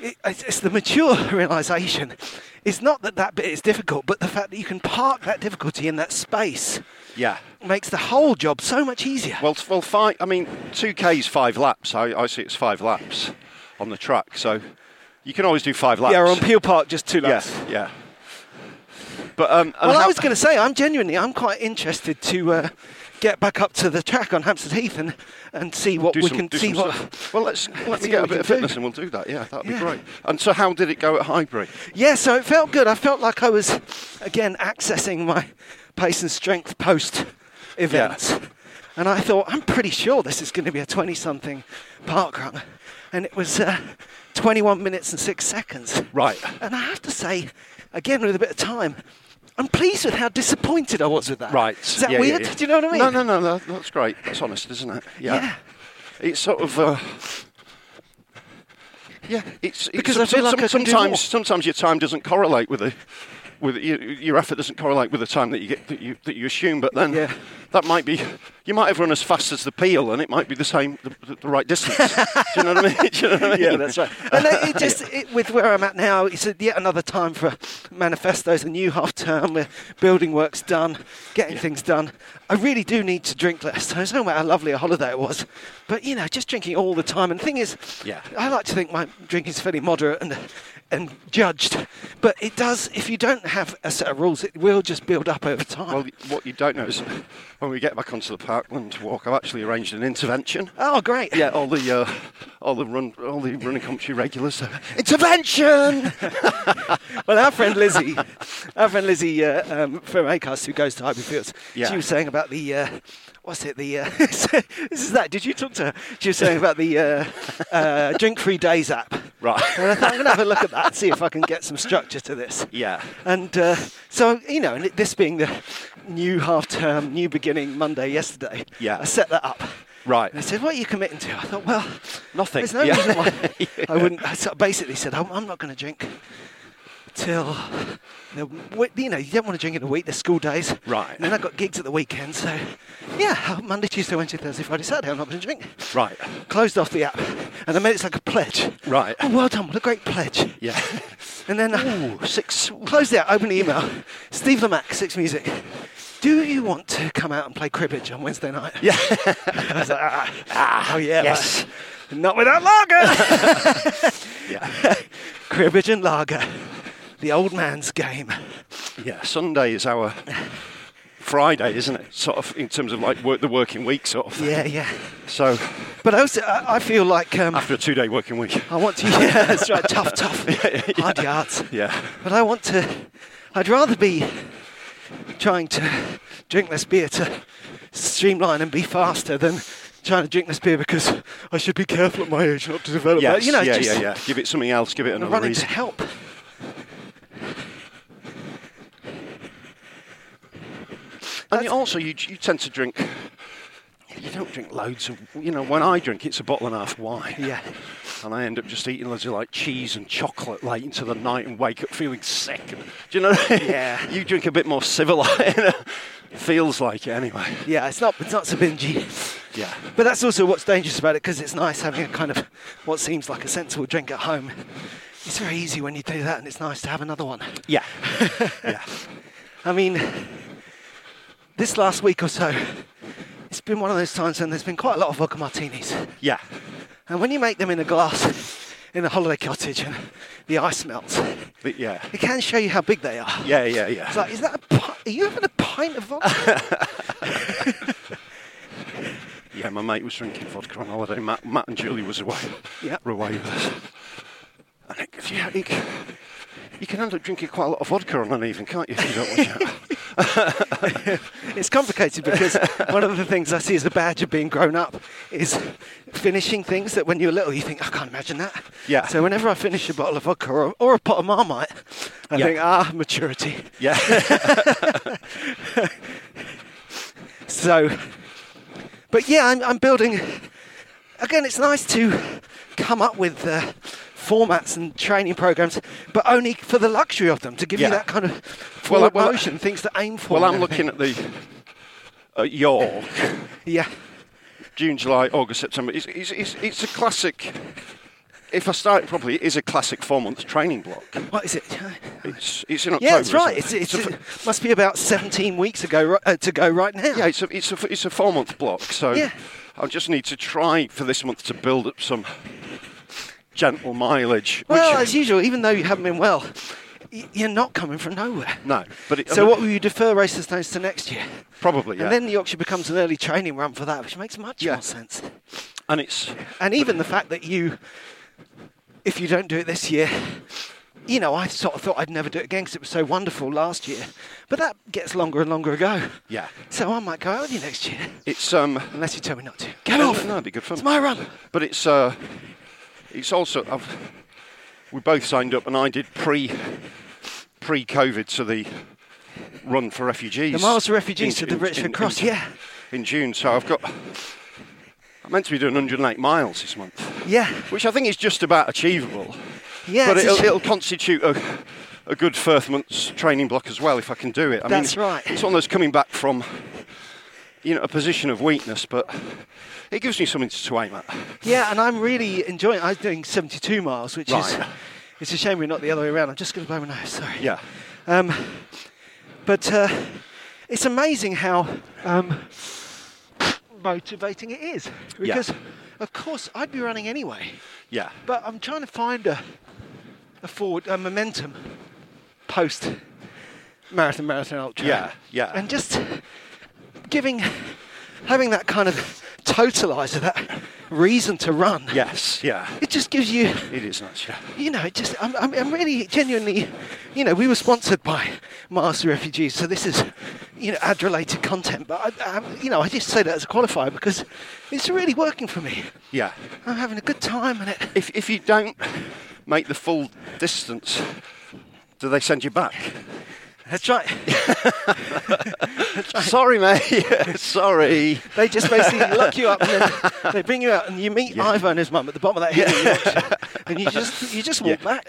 it, it's, it's the mature realization. It's not that that bit is difficult, but the fact that you can park that difficulty in that space
Yeah.
makes the whole job so much easier.
Well, well, five. I mean, two k's five laps. I, I see it's five laps on the track, so you can always do five laps.
yeah, we're on Peel Park, just two
Yeah,
laps.
yeah. But um, and
well, I
how-
was going to say, I'm genuinely, I'm quite interested to uh, get back up to the track on Hampstead Heath and, and see what
do
we
some-
can
do
see
some
what.
stuff. Well, let's let me
see
get
what
a
we can
bit of
do.
fitness, and we'll do that. Yeah, that'd
Yeah.
be great. And so, how did it go at Highbury?
Yeah, so it felt good. I felt like I was again accessing my pace and strength post events, and I thought I'm pretty sure this is going to be a 20-something park run, and it was uh, 21 minutes and six seconds.
Right.
And I have to say, again with a bit of time, I'm pleased with how disappointed I was with that.
Right.
Uh, Is that
yeah, yeah,
weird?
yeah.
Do you know what I mean?
No, no, no, no. That's great. That's honest, isn't it? Yeah.
Yeah.
It's sort of. Uh, yeah, it's, it's
Because
some-
I feel
some-
like I can do more.
sometimes sometimes your time doesn't correlate with the with your, your effort doesn't correlate with the time that you get that you that you assume. But then
Yeah.
that might be you might have run as fast as the peel, and it might be the same the, the, the right distance. do you know what I mean? Do you know what I mean?
yeah, that's right. And uh, it it just it, with where I'm at now, it's a- yet another time for manifestos. A new half term, we're building works done, getting things done. I really do need to drink less. I don't know how lovely a holiday it was, but you know, just drinking all the time. And the thing is,
Yeah.
I like to think my drink is fairly moderate and and judged, but it does. If you don't have a set of rules, it will just build up over time.
Well, what you don't know is when we get back onto the Parkland walk, I've actually arranged an intervention.
oh, great!
Yeah, all the uh, all the run all the running commentary regulars. uh, Intervention.
Well, our friend Lizzie, our friend Lizzie uh, um, from Acast, who goes to Highbury Fields,
Yeah.
she was saying about the uh, what's it? The uh, this is that. Did you talk to her? She was saying about the uh, uh, drink free days app.
Right.
And I thought I'm going to have a look at that, see if I can get some structure to this.
Yeah.
And uh, so you know, and it- this being the new half term, new beginning Monday yesterday.
Yeah.
I set that up.
Right.
And I said, "What are you committing to?" I thought, "Well,
Nothing.
There's no
Yeah.
reason why I wouldn't." I sort of basically said, "I'm, I'm not going to drink till the wi- you know you don't want to drink in the week, the school days.
Right.
And then I got gigs at the weekend, so yeah, Monday, Tuesday, Wednesday, Thursday, Friday, Saturday, I'm not going to drink.
Right.
Closed off the app, and I made it like a pledge.
Right.
Oh, well done! What a great pledge.
Yeah.
And then I six closed it out. Open the email. Steve Lamack, Six Music. Do you want to come out and play cribbage on Wednesday night? Yeah. I was like, ah, ah, oh yeah.
yes.
but Not without lager.
Yeah.
cribbage and lager. The old man's game.
Yeah. Sunday is our Friday, isn't it? Sort of in terms of like work the working week sort of. thing.
Yeah, yeah.
So
But also, I, I feel like um,
after a two day working week.
I want to. Yeah, that's right. Tough, tough. Hard yards.
Yeah.
But I want to. I'd rather be trying to drink less beer to streamline and be faster than trying to drink less beer because I should be careful at my age not to develop. that.
Yes,
you know,
yeah,
just
yeah, yeah. Give it something else. Give it
I'm
another
running
reason.
to help.
And you also, you, you tend to drink. You don't drink loads of. You know, when I drink, it's a bottle and a half wine.
Yeah.
And I end up just eating loads of like cheese and chocolate late into the night and wake up feeling sick. And, do you know? What I mean?
Yeah.
you drink a bit more civilized. it feels like it anyway.
Yeah, it's not. It's not so bingy.
Yeah.
But that's also what's dangerous about it because it's nice having a kind of what seems like a sensible drink at home. It's very easy when you do that, and it's nice to have another one.
Yeah. yeah.
I mean, this last week or so, it's been one of those times when there's been quite a lot of vodka martinis.
Yeah.
And when you make them in a glass in a holiday cottage and the ice melts,
But yeah.
it can show you how big they are.
Yeah, yeah, yeah.
It's like, is that a pi- are you having a pint of vodka?
yeah, my mate was drinking vodka on holiday. Matt, Matt and Julie was away.
Yeah.
Were away with us. And it, yeah, it, you can end up drinking quite a lot of vodka on an evening, can't you? If you don't watch out.
it's complicated because one of the things I see as a badge of being grown up is finishing things that when you were little you think, I can't imagine that.
Yeah.
So whenever I finish a bottle of vodka or, or a pot of Marmite, I
Yeah.
think, ah, maturity.
Yeah.
So, but yeah, I'm, I'm building. Again, it's nice to come up with uh, formats and training programs, but only for the luxury of them to give
Yeah.
you that kind of full
Well,
well,
well,
motion, things to aim for.
well,
and
I'm
everything.
looking at the at York,
Yeah,
June, July, August, September. It's, it's, it's, it's a classic. If I start it properly, it is a classic four-month training block.
what is it?
It's, it's in October.
Yeah, that's right. It's,
isn't it?
it's,
a
it
f-
must be about 17 weeks ago ri- uh, to go right now.
yeah, it's a, it's a, f- it's a four-month block. So
Yeah.
I just need to try for this month to build up some gentle mileage.
Well,
which-
as usual, even though you haven't been well, y- you're not coming from nowhere.
No, but it,
So what will you defer Race of Stones to next year?
Probably, yeah.
And then the auction becomes an early training run for that, which makes much
Yeah.
more sense.
and it's
And even the fact that you, if you don't do it this year, you know, I sort of thought I'd never do it again because it was so wonderful last year. But that gets longer and longer ago.
yeah,
So I might go out with you next year,
it's um.
unless you tell me not to. Get
no,
off!
No, it'd be good fun.
It's my run!
But it's uh, it's also I've, we both signed up, and I did pre pre COVID, so the run for refugees,
The Miles to Refugees to the Richford Cross,
in,
yeah.
in June. So I've got I'm meant to be doing 108 miles this month,
Yeah,
which I think is just about achievable.
yeah.
but
it's a
it'll,
shame.
it'll constitute a, a good first month's training block as well if I can do it. I
That's
mean,
right.
It's one of those coming back from, you know, a position of weakness, but it gives me something to aim at.
Yeah, and I'm really enjoying. I'm doing 72 miles, which is
Right.
it's a shame we're not the other way around. I'm just going to blow my nose. Sorry.
Yeah.
Um, but uh, it's amazing how um, motivating it is
Yeah.
because, of course, I'd be running anyway,
Yeah.
but I'm trying to find a a forward a momentum post marathon, marathon, ultra.
Yeah, yeah.
And just giving having that kind of totalizer, that reason to run
Yes. Yeah.
it just gives you,
It is nice. Yeah.
you know, it just, I'm, I'm, I'm really genuinely, you know, we were sponsored by Master Refugees, so this is, you know, ad related content, but I, I, you know, I just say that as a qualifier because it's really working for me.
Yeah.
I'm having a good time and it.
If if you don't make the full distance, do they send you back?
That's right.
Sorry, mate. Sorry.
They just basically lock you up and then they bring you out and you meet Ivo and his mum at the bottom of that hill in Yorkshire, and you just you just walk back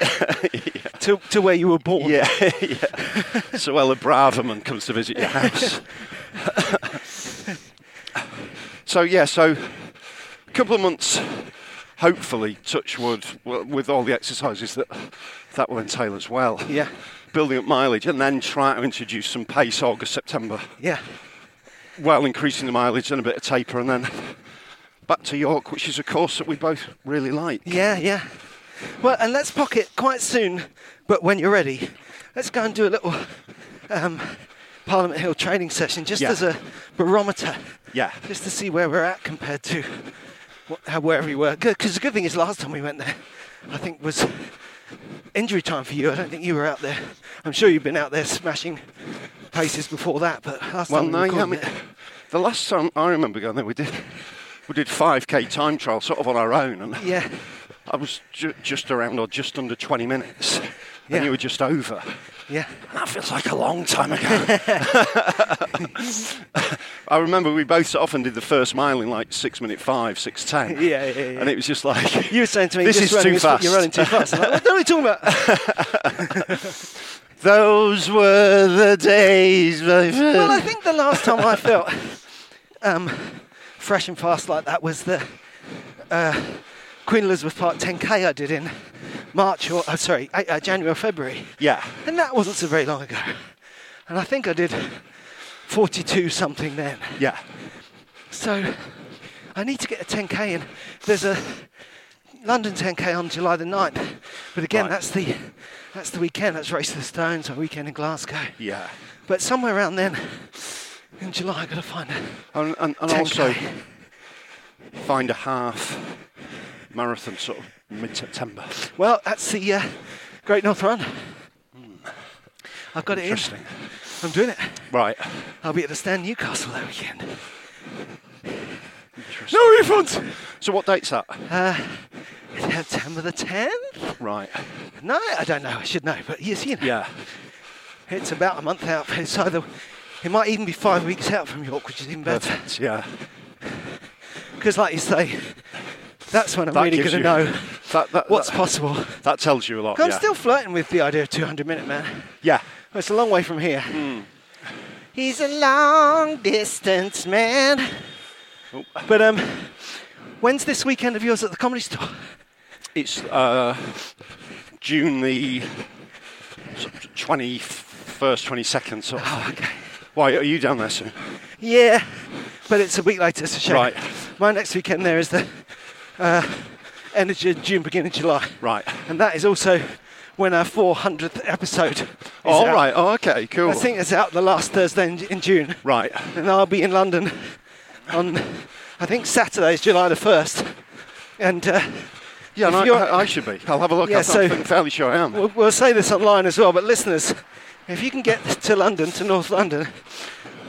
to, to where you were born.
Yeah, yeah. So Ella Braverman comes to visit your house. so yeah, so a couple of months, hopefully, touch wood, w- with all the exercises that that will entail as well.
Yeah.
Building up mileage and then try to introduce some pace August, September,
Yeah.
while increasing the mileage and a bit of taper, and then back to York, which is a course that we both really like.
Yeah, yeah. Well, and let's pocket quite soon, but when you're ready, let's go and do a little um, Parliament Hill training session just
Yeah.
as a barometer,
Yeah.
just to see where we're at compared to what, how, wherever we were. Because the good thing is, last time we went there, I think was injury time for you. I don't think you were out there. I'm sure you've been out there smashing paces before that, but last
Well,
time
no,
we
yeah, I
recorded
mean,
it,
the last time I remember going there, we did we did 5k time trial sort of on our own, and
yeah,
I was ju- just around or just under 20 minutes,
Yeah.
and you were just over.
yeah,
That feels like a long time ago. I remember we both so often did the first mile in like six minute five, six ten.
Yeah, yeah, yeah.
And it was just like
you were saying to me,
"This
"Just
is
running,
too
it's-
fast."
You're running too fast. I'm like, what are we talking about?
Those were the days. my friend.
Well, I think the last time I felt um, fresh and fast like that was the uh, Queen Elizabeth Park 10K I did in March or, oh, sorry, uh, uh, January or February.
yeah,
And that wasn't so very long ago. And I think I did 42 something then.
yeah,
So I need to get a 10K in. There's a London 10K on July the 9th. But again,
Right.
that's the that's the weekend. That's Race of the Stones, my weekend in Glasgow.
yeah.
But somewhere around then, in July, I've got to find it.
And, and, and
10K.
also find a half marathon sort of mid September.
Well, that's the uh, Great North Run. I've got it in.
Interesting.
I'm doing it.
Right.
I'll be at the stand Newcastle that weekend.
Interesting.
No refunds!
So what date's that?
Uh, September the 10th?
Right.
No, I don't know. I should know. But yes, you know.
Yeah.
It's about a month out. It's either, it might even be five weeks out from York, which is even better.
Perfect. Yeah.
Because, like you say, that's when I'm
That
really
gives
going to
you-
know
that- that-
what's
that-
possible.
That tells you a lot.
I'm
yeah.
still flirting with the idea of 200 minute man.
Yeah.
Well, It's a long way from here.
Hmm.
He's a long distance man. But um, when's this weekend of yours at the comedy store?
It's uh, June the twenty first, twenty second. Sort of.
Oh, okay.
Why are you down there soon?
Yeah, but it's a week later. It's a shame.
Right.
My next weekend there is the uh, end of Ju- June, beginning of July,
Right.
and that is also when our 400th episode. Is
All
out.
right. Oh, okay. Cool.
I think it's out the last Thursday in, in June.
Right.
And I'll be in London on, I think Saturday is July the 1st. And uh,
Yeah, and
if
I,
you're-
I, I should be. I'll have a look.
Yeah,
I'm,
so-
I'm fairly sure I am.
We'll, we'll say this online as well, but listeners, if you can get to London, to North London,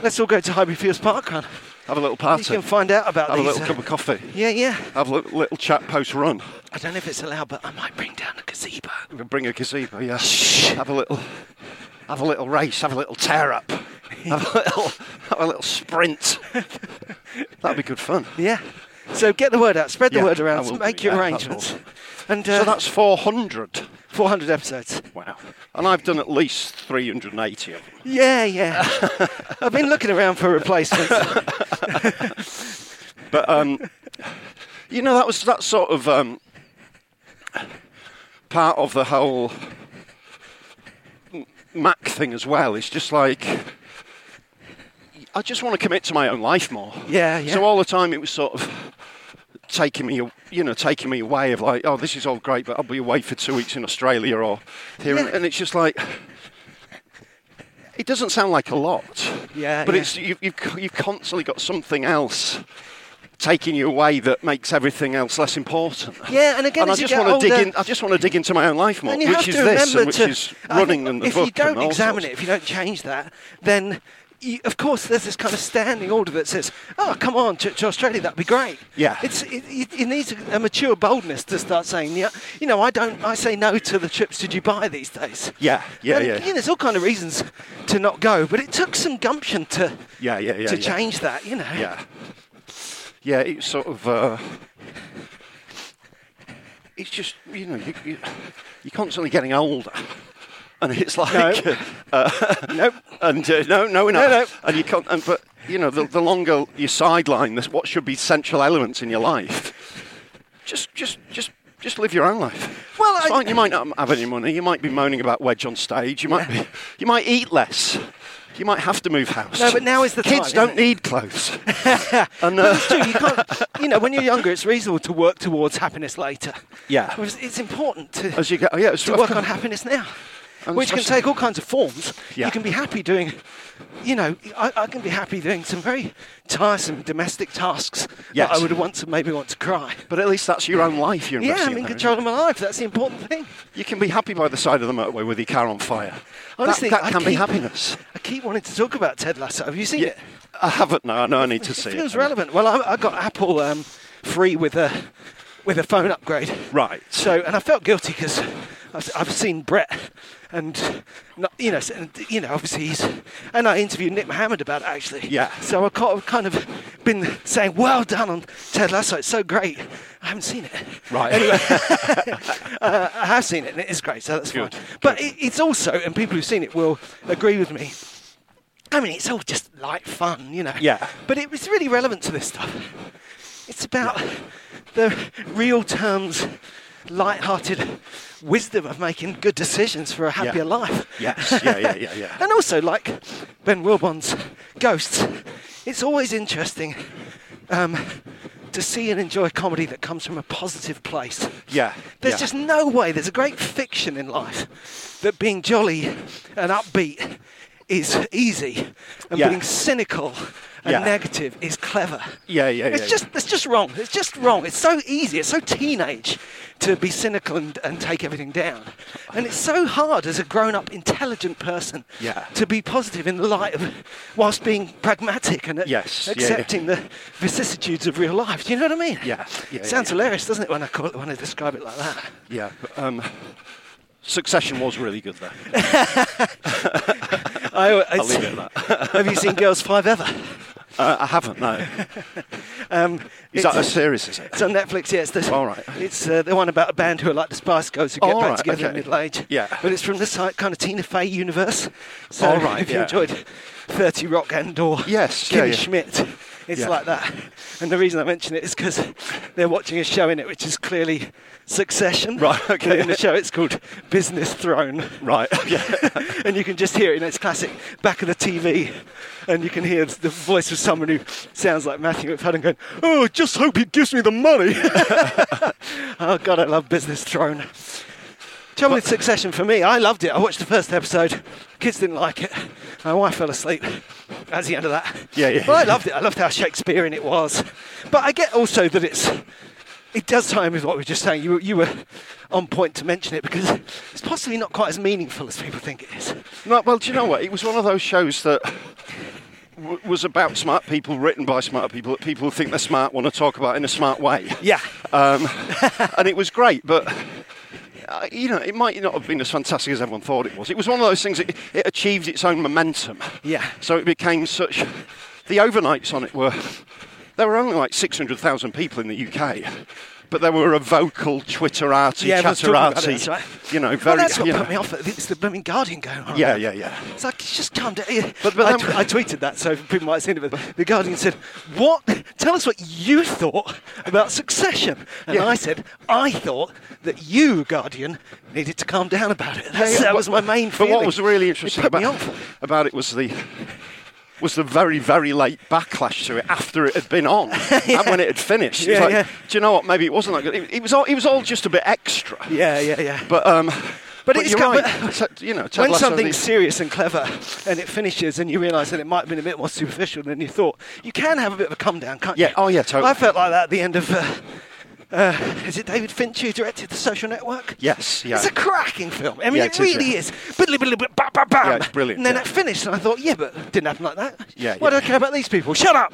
let's all go to Highbury Fields Park Run.
Have a little party.
You can find out about
have
these.
a little
uh,
cup of coffee.
yeah, yeah.
Have a li- little, chat post run.
I don't know if it's allowed, but I might bring down a gazebo.
Bring a gazebo. Yeah. Have a little. Have a little race. Have a little tear up. Have a little. Have a little sprint. That'd be good fun.
Yeah. So get the word out, spread the
Yeah,
word
I
around,
will do,
make your
yeah,
arrangements.
that's
And uh,
so that's 400.
400 episodes.
Wow. And I've done at least 380 of them.
Yeah, yeah. I've been looking around for replacements.
But um, you know, that was that sort of um, part of the whole m- Mac thing as well. It's just like I just want to commit to my own life more.
Yeah, yeah.
So all the time it was sort of taking me, a- you know, taking me away of like, oh, this is all great, but I'll be away for two weeks in Australia or here,
Yeah.
and it's just like. It doesn't sound like a lot,
Yeah,
But
yeah.
it's you, you've co- you've constantly got something else taking you away that makes everything else less important.
Yeah, and again,
and I
as you
just
get
want to dig
older-
in. I just want to dig into my own life more,
And you
which
have
is
to
this,
remember
and which
to, I
is
think
running and the
if
book.
you don't
and all
examine
sorts.
it, if you don't change that, then you, of course there's this kind of standing order that says, "Oh, come on to, to Australia, that'd be great."
Yeah.
it's it, it, it needs a, a mature boldness to start saying, "Yeah, you know, I don't, I say no to the trips to Dubai these days."
Yeah, yeah,
And,
yeah.
you know, there's all kind of reasons to not go, but it took some gumption to
Yeah, yeah, yeah,
to
yeah.
change that, you know.
yeah, yeah. It's sort of. Uh, it's just you know you, you, you're constantly getting older, and it's like
No.
uh,
Nope.
and uh, no, no, we're not.
No, no.
And you can't. And, but you know, the, the longer you sideline this, what should be central elements in your life, just, just, just, just live your own life.
Well,
It's
I-
fine. You might not have any money. You might be moaning about wedge on stage. You might be. You might eat less. You might have to move house.
No, but now is the time,
kids
isn't
don't
it?
need clothes. and
But
uh,
it's true, you can't, you know, when you're younger, it's reasonable to work towards happiness later.
Yeah.
Whereas It's important to,
as you go, yeah, it's
to
of
work
course.
on happiness now,
And
which can
especially-
take all kinds of forms.
Yeah.
You can be happy doing, you know, I, I can be happy doing some very tiresome domestic tasks
Yes.
that I would once maybe want to cry.
But at least that's your own life. You're
Yeah,
investing
I'm in
there, isn't
control
it?
of my life. That's the important thing.
You can be happy by the side of the motorway with your car on fire. That-
Honestly,
that,
I
can be
keep-
happiness.
I keep wanting to talk about Ted Lasso. Have you seen
Yeah,
it?
I haven't. No, I know I need to see
It
it.
feels relevant. Well, I, I got Apple um, free with a with a phone upgrade.
Right.
So, and I felt guilty because I've, I've seen Brett, and not, you know, s- and, you know, obviously he's, and I interviewed Nick Mohammed about it actually.
Yeah.
So I've kind of, kind of been saying, "Well done on Ted Lasso. It's so great." I haven't seen it.
Right.
Anyway, uh, I have seen it, and it is great. So that's
Good,
fine. But it, it's also, and people who've seen it will agree with me. I mean, it's all just light fun, you know.
Yeah.
But it was really relevant to this stuff. It's about the real terms, light-hearted wisdom of making good decisions for a happier life.
Yes, yeah, yeah, yeah, yeah.
And also, like Ben Wilbon's Ghosts, it's always interesting um, to see and enjoy comedy that comes from a positive place.
Yeah,
There's
yeah.
just no way, there's a great fiction in life that being jolly and upbeat is easy and
Yeah.
being cynical and
Yeah.
negative is clever.
Yeah, yeah,
It's
yeah,
just
yeah.
it's just wrong. It's just wrong. It's so easy. It's so teenage to be cynical and, and take everything down. And it's so hard as a grown up, intelligent person
Yeah.
to be positive in the light of, whilst being pragmatic and a-
Yes, yeah, yeah.
accepting the vicissitudes of real life. Do you know what I mean?
Yeah, yeah, yeah,
Sounds
yeah.
hilarious, doesn't it, when I, call it, when I describe it like that?
Yeah. but, Um, Succession was really good there.
I,
I'll leave it at that.
have you seen Girls Five ever?
Uh, I haven't, no.
Um,
Is
it's-
that a series, is it?
It's on Netflix. Yes, the,
All right.
It's uh, the one about a band who are like the Spice Girls who get
All
back
right,
together in
okay.
middle age.
Yeah.
but it's from the si- kind of Tina Fey universe. So
All right,
if you
yeah.
enjoyed Thirty Rock and or
Yes, yeah,
Kimmy
yeah.
Schmidt, it's
Yeah.
like that. And the reason I mention it is because they're watching a show in it, which is clearly Succession.
Right,
And
okay.
In the show, it's called Business Throne.
Right, yeah.
and you can just hear it in its classic back of the TV, and you can hear the voice of someone who sounds like Matthew McFadden going, "Oh, just hope he gives me the money." oh God, I love Business Throne. Trouble with Succession for me, I loved it. I watched the first episode. Kids didn't like it. My wife fell asleep. That's the end of that.
Yeah, yeah.
But I loved it. I loved how Shakespearean it was. But I get also that it's it does tie in with what we were just saying. You were, you were on point to mention it because it's possibly not quite as meaningful as people think it is.
No, well, do you know what? It was one of those shows that w- was about smart people, written by smart people, that people who think they're smart want to talk about in a smart way.
Yeah.
Um, and it was great, but. uh, You know, it might not have been as fantastic as everyone thought it was. It was one of those things. It, it achieved its own momentum.
Yeah.
So it became such. The overnights on it were. There were only like six hundred thousand people in the UK, but there were a vocal Twitterati,
Yeah, everyone's talking about it,
chatterati.
that's right.
You know,
Well,
very.
that's what
you know.
put me off. It's the blooming Guardian going on.
Yeah, yeah, yeah.
It's like, it's just calm down. Yeah.
But- but
I,
then-
tw- I tweeted that, so people might have seen it. But the Guardian said, "What? Tell us what you thought about Succession." And
Yeah.
I said, "I thought that you, Guardian, needed to calm down about it." That's,
Yeah, yeah,
that was my
but-
main.
But what
feeling.
was really
It
interesting
put me
about,
off.
about it was the was the very very late backlash to it after it had been on and when it had finished. It's
Yeah,
like,
yeah.
Do you know what? Maybe it wasn't that good. It, it was all it was all just a bit extra.
Yeah, yeah, yeah.
But um,
But it's
you're
got-
right.
but-
Ted- you know, Ted
when
Lasso,
something's
the-
serious and clever and it finishes and you realise that it might have been a bit more superficial than you thought, you can have a bit of a come down, can't
Yeah,
you?
oh, yeah, totally.
I felt like that at the end of. Uh, uh, is it David Finch who directed The Social Network?
Yes, yeah.
It's a cracking film. I mean,
Yeah,
it,
it is,
really
yeah.
is. Biddly, biddly, biddly, bam, bam, bam.
Yeah, it's brilliant,
And then
yeah.
it finished, and I thought, yeah, but it didn't happen like that.
Yeah,
Why
yeah.
do I care about these people? Shut up.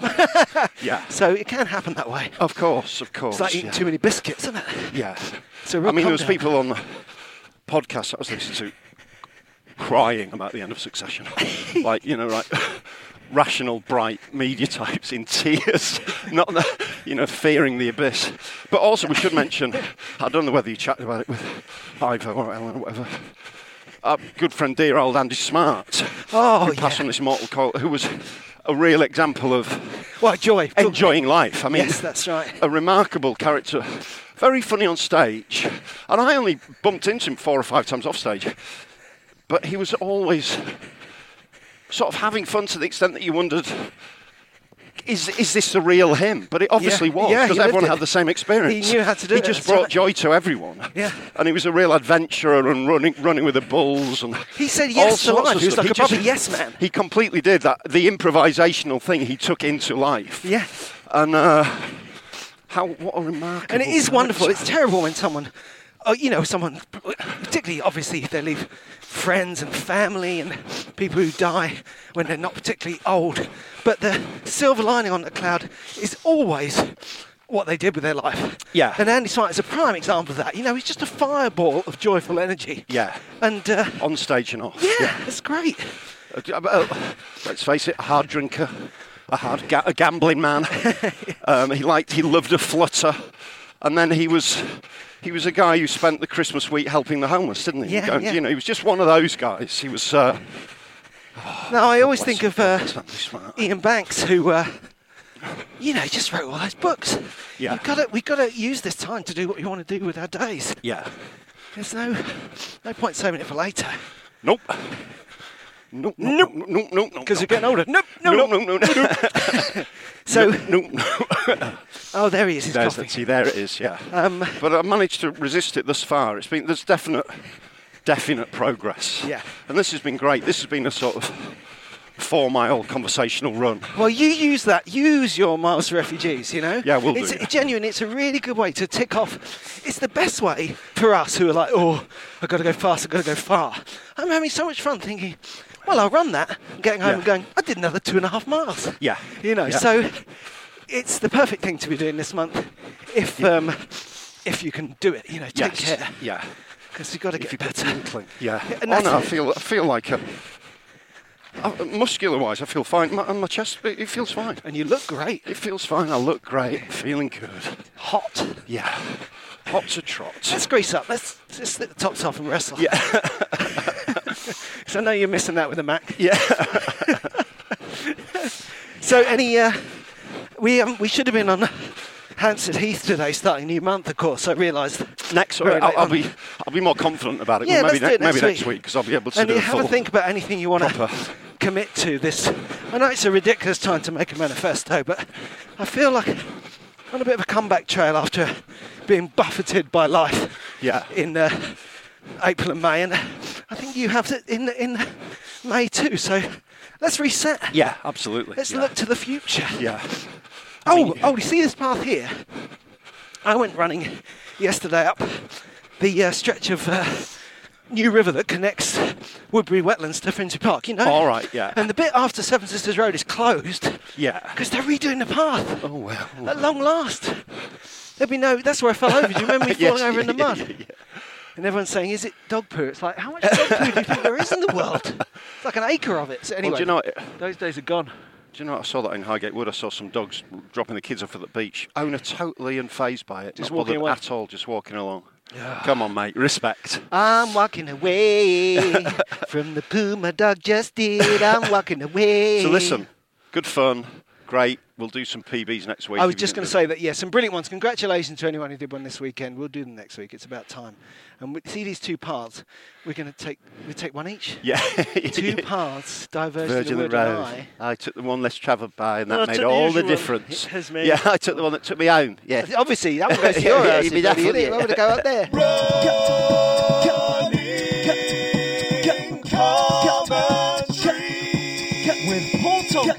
Yeah.
So it can happen that way.
Of course, of course.
It's like eating
yeah.
too many biscuits, isn't it?
Yeah.
So
I
real
mean, there was
calm down.
people on the podcast that I was listening to crying about the end of Succession. like, you know, like rational, bright media types in tears, not, the, you know, fearing the abyss. But also, we should mention, I don't know whether you chatted about it with Ivo or Ellen or whatever. Our good friend, dear old Andy Smart,
Oh,
who passed
yeah.
on this mortal coil, who was a real example of
Well, joy.
enjoying life. I mean,
Yes, that's right.
A remarkable character, very funny on stage, and I only bumped into him four or five times off stage, but he was always sort of having fun to the extent that you wondered. Is, is this the real him? But it obviously was
yeah, he
because
lived
everyone
it.
had the same experience.
He knew how to do
He
it,
just
that's
brought
right.
joy to everyone.
Yeah.
and he was a real adventurer and running running with the bulls and
He said
all
yes to
sorts
life.
of
He was
stuff.
like a
just-
proper yes man.
He completely did that. The improvisational thing he took into life.
Yeah.
And uh, how what a remarkable.
and it is wonderful. It's
character.
terrible when someone, oh, you know, someone, particularly obviously if they leave friends and family and people who die when they're not particularly old. But the silver lining on the cloud is always what they did with their life.
Yeah.
And Andy Smart is a prime example of that. You know, he's just a fireball of joyful energy.
Yeah.
And uh,
on stage and off.
yeah, it's great.
Uh, uh, let's face it, a hard drinker, a hard ga- a gambling man. um, he liked, he loved a flutter, and then he was. He was a guy who spent the Christmas week helping the homeless, didn't he?
Yeah,
Going-
yeah.
You know, he was just one of those guys. He was. Uh,
No, I always
bless
think
him,
of uh,
bless him, he's smart.
Ian Banks, who, uh, you know, just wrote all those books.
Yeah.
You've gotta, we've got to use this time to do what we want to do with our days.
yeah.
There's no, no point saving it for later.
Nope. Nope. Nope. Nope. Nope. Nope.
Because
nope.
you're getting older. Nope, no,
Oh, nope,
no.
nope, nope, nope.
So,
nope, nope.
oh, there he is. His
There's
coffee.
that. See, there it is. Yeah.
Um,
but I managed to resist it thus far. It's been there's definite, definite progress.
Yeah.
And this has been great. This has been a sort of four-mile conversational run.
Well, you use that. Use your miles to refugees. You know.
Yeah, we'll do,
It's
yeah.
genuine. It's a really good way to tick off. It's the best way for us who are like, oh, I've got to go fast. I've got to go far. I'm having so much fun thinking. Well, I'll run that. Getting home
Yeah.
and going. I did another two and a half miles.
Yeah,
You know.
yeah.
So, it's the perfect thing to be doing this month, if um, if you can do it. You know, take
Yes.
care.
Yeah.
Because you've got to get
you get
better.
an inkling. Yeah.
And
oh,
that's-
no, I feel I feel like a, I- muscular-wise, I feel fine. My, and my chest, it, it feels fine.
And you look great.
It feels fine. I look great. Feeling good.
Hot.
Yeah. Hot to trot.
Let's grease up. Let's just let the tops off and wrestle.
Yeah.
So I know you're missing that with a Mac.
Yeah.
So any, uh, we um, we should have been on Hansard Heath today, starting new month, of course. I realised
Next,
very
I'll,
late
I'll
on.
be I'll be more confident about it.
Yeah,
Well,
let's
maybe
do it
ne-
next
maybe
week.
next week because I'll be able to
and
do
you
a
have
full
a think about anything you want to
proper-
commit to this. I know it's a ridiculous time to make a manifesto, but I feel like I'm on a bit of a comeback trail after being buffeted by life.
Yeah.
In uh, April and May, and I think you have it in in May too. So let's reset.
Yeah, absolutely.
Let's
yeah.
look to the future.
Yeah.
oh, oh, you see this path here? I went running yesterday up the uh, stretch of uh, New River that connects Woodbury Wetlands to Finsbury Park. You know.
All right, yeah.
And the bit after Seven Sisters Road is closed
Yeah.
because they're redoing the path.
Oh well.
At long last. There'd be no. That's where I fell over. Do you remember me
Yes,
falling over in the
yeah,
mud?
yeah, yeah.
And everyone's saying, "Is it dog poo?" It's like, how much dog poo do you think there is in the world? It's like an acre of it. So anyway,
Well, do you know? what-
those days are gone.
Do you know what I saw that in Highgate Wood? I saw some dogs dropping the kids off at the beach. Owner totally unfazed by it.
Just
not
walking
bothered
away.
at all, just walking along. Come on, mate. Respect.
I'm walking away from the poo my dog just did. I'm walking away.
So listen, good fun, great. We'll do some PBs next week.
I was
if you
just
can
going to
do
say that, yeah, some brilliant ones. Congratulations to anyone who did one this weekend. We'll do them next week. It's about time. And we, see these two paths. We're going to take we take one each.
it. Yeah.
Two paths diverge to
Virgin
the
the
word
road.
I.
I took the one less travelled by, and
No,
that
I
made
took the
all the,
usual one.
difference.
It oh, has made-
yeah, I took the one that took me home. Yeah.
Obviously, that one goes to
Yeah,
your
yeah,
house.
you'd be
you bloody
daft,
idiot.
wouldn't
Why
you?
would it go up there?
With Paul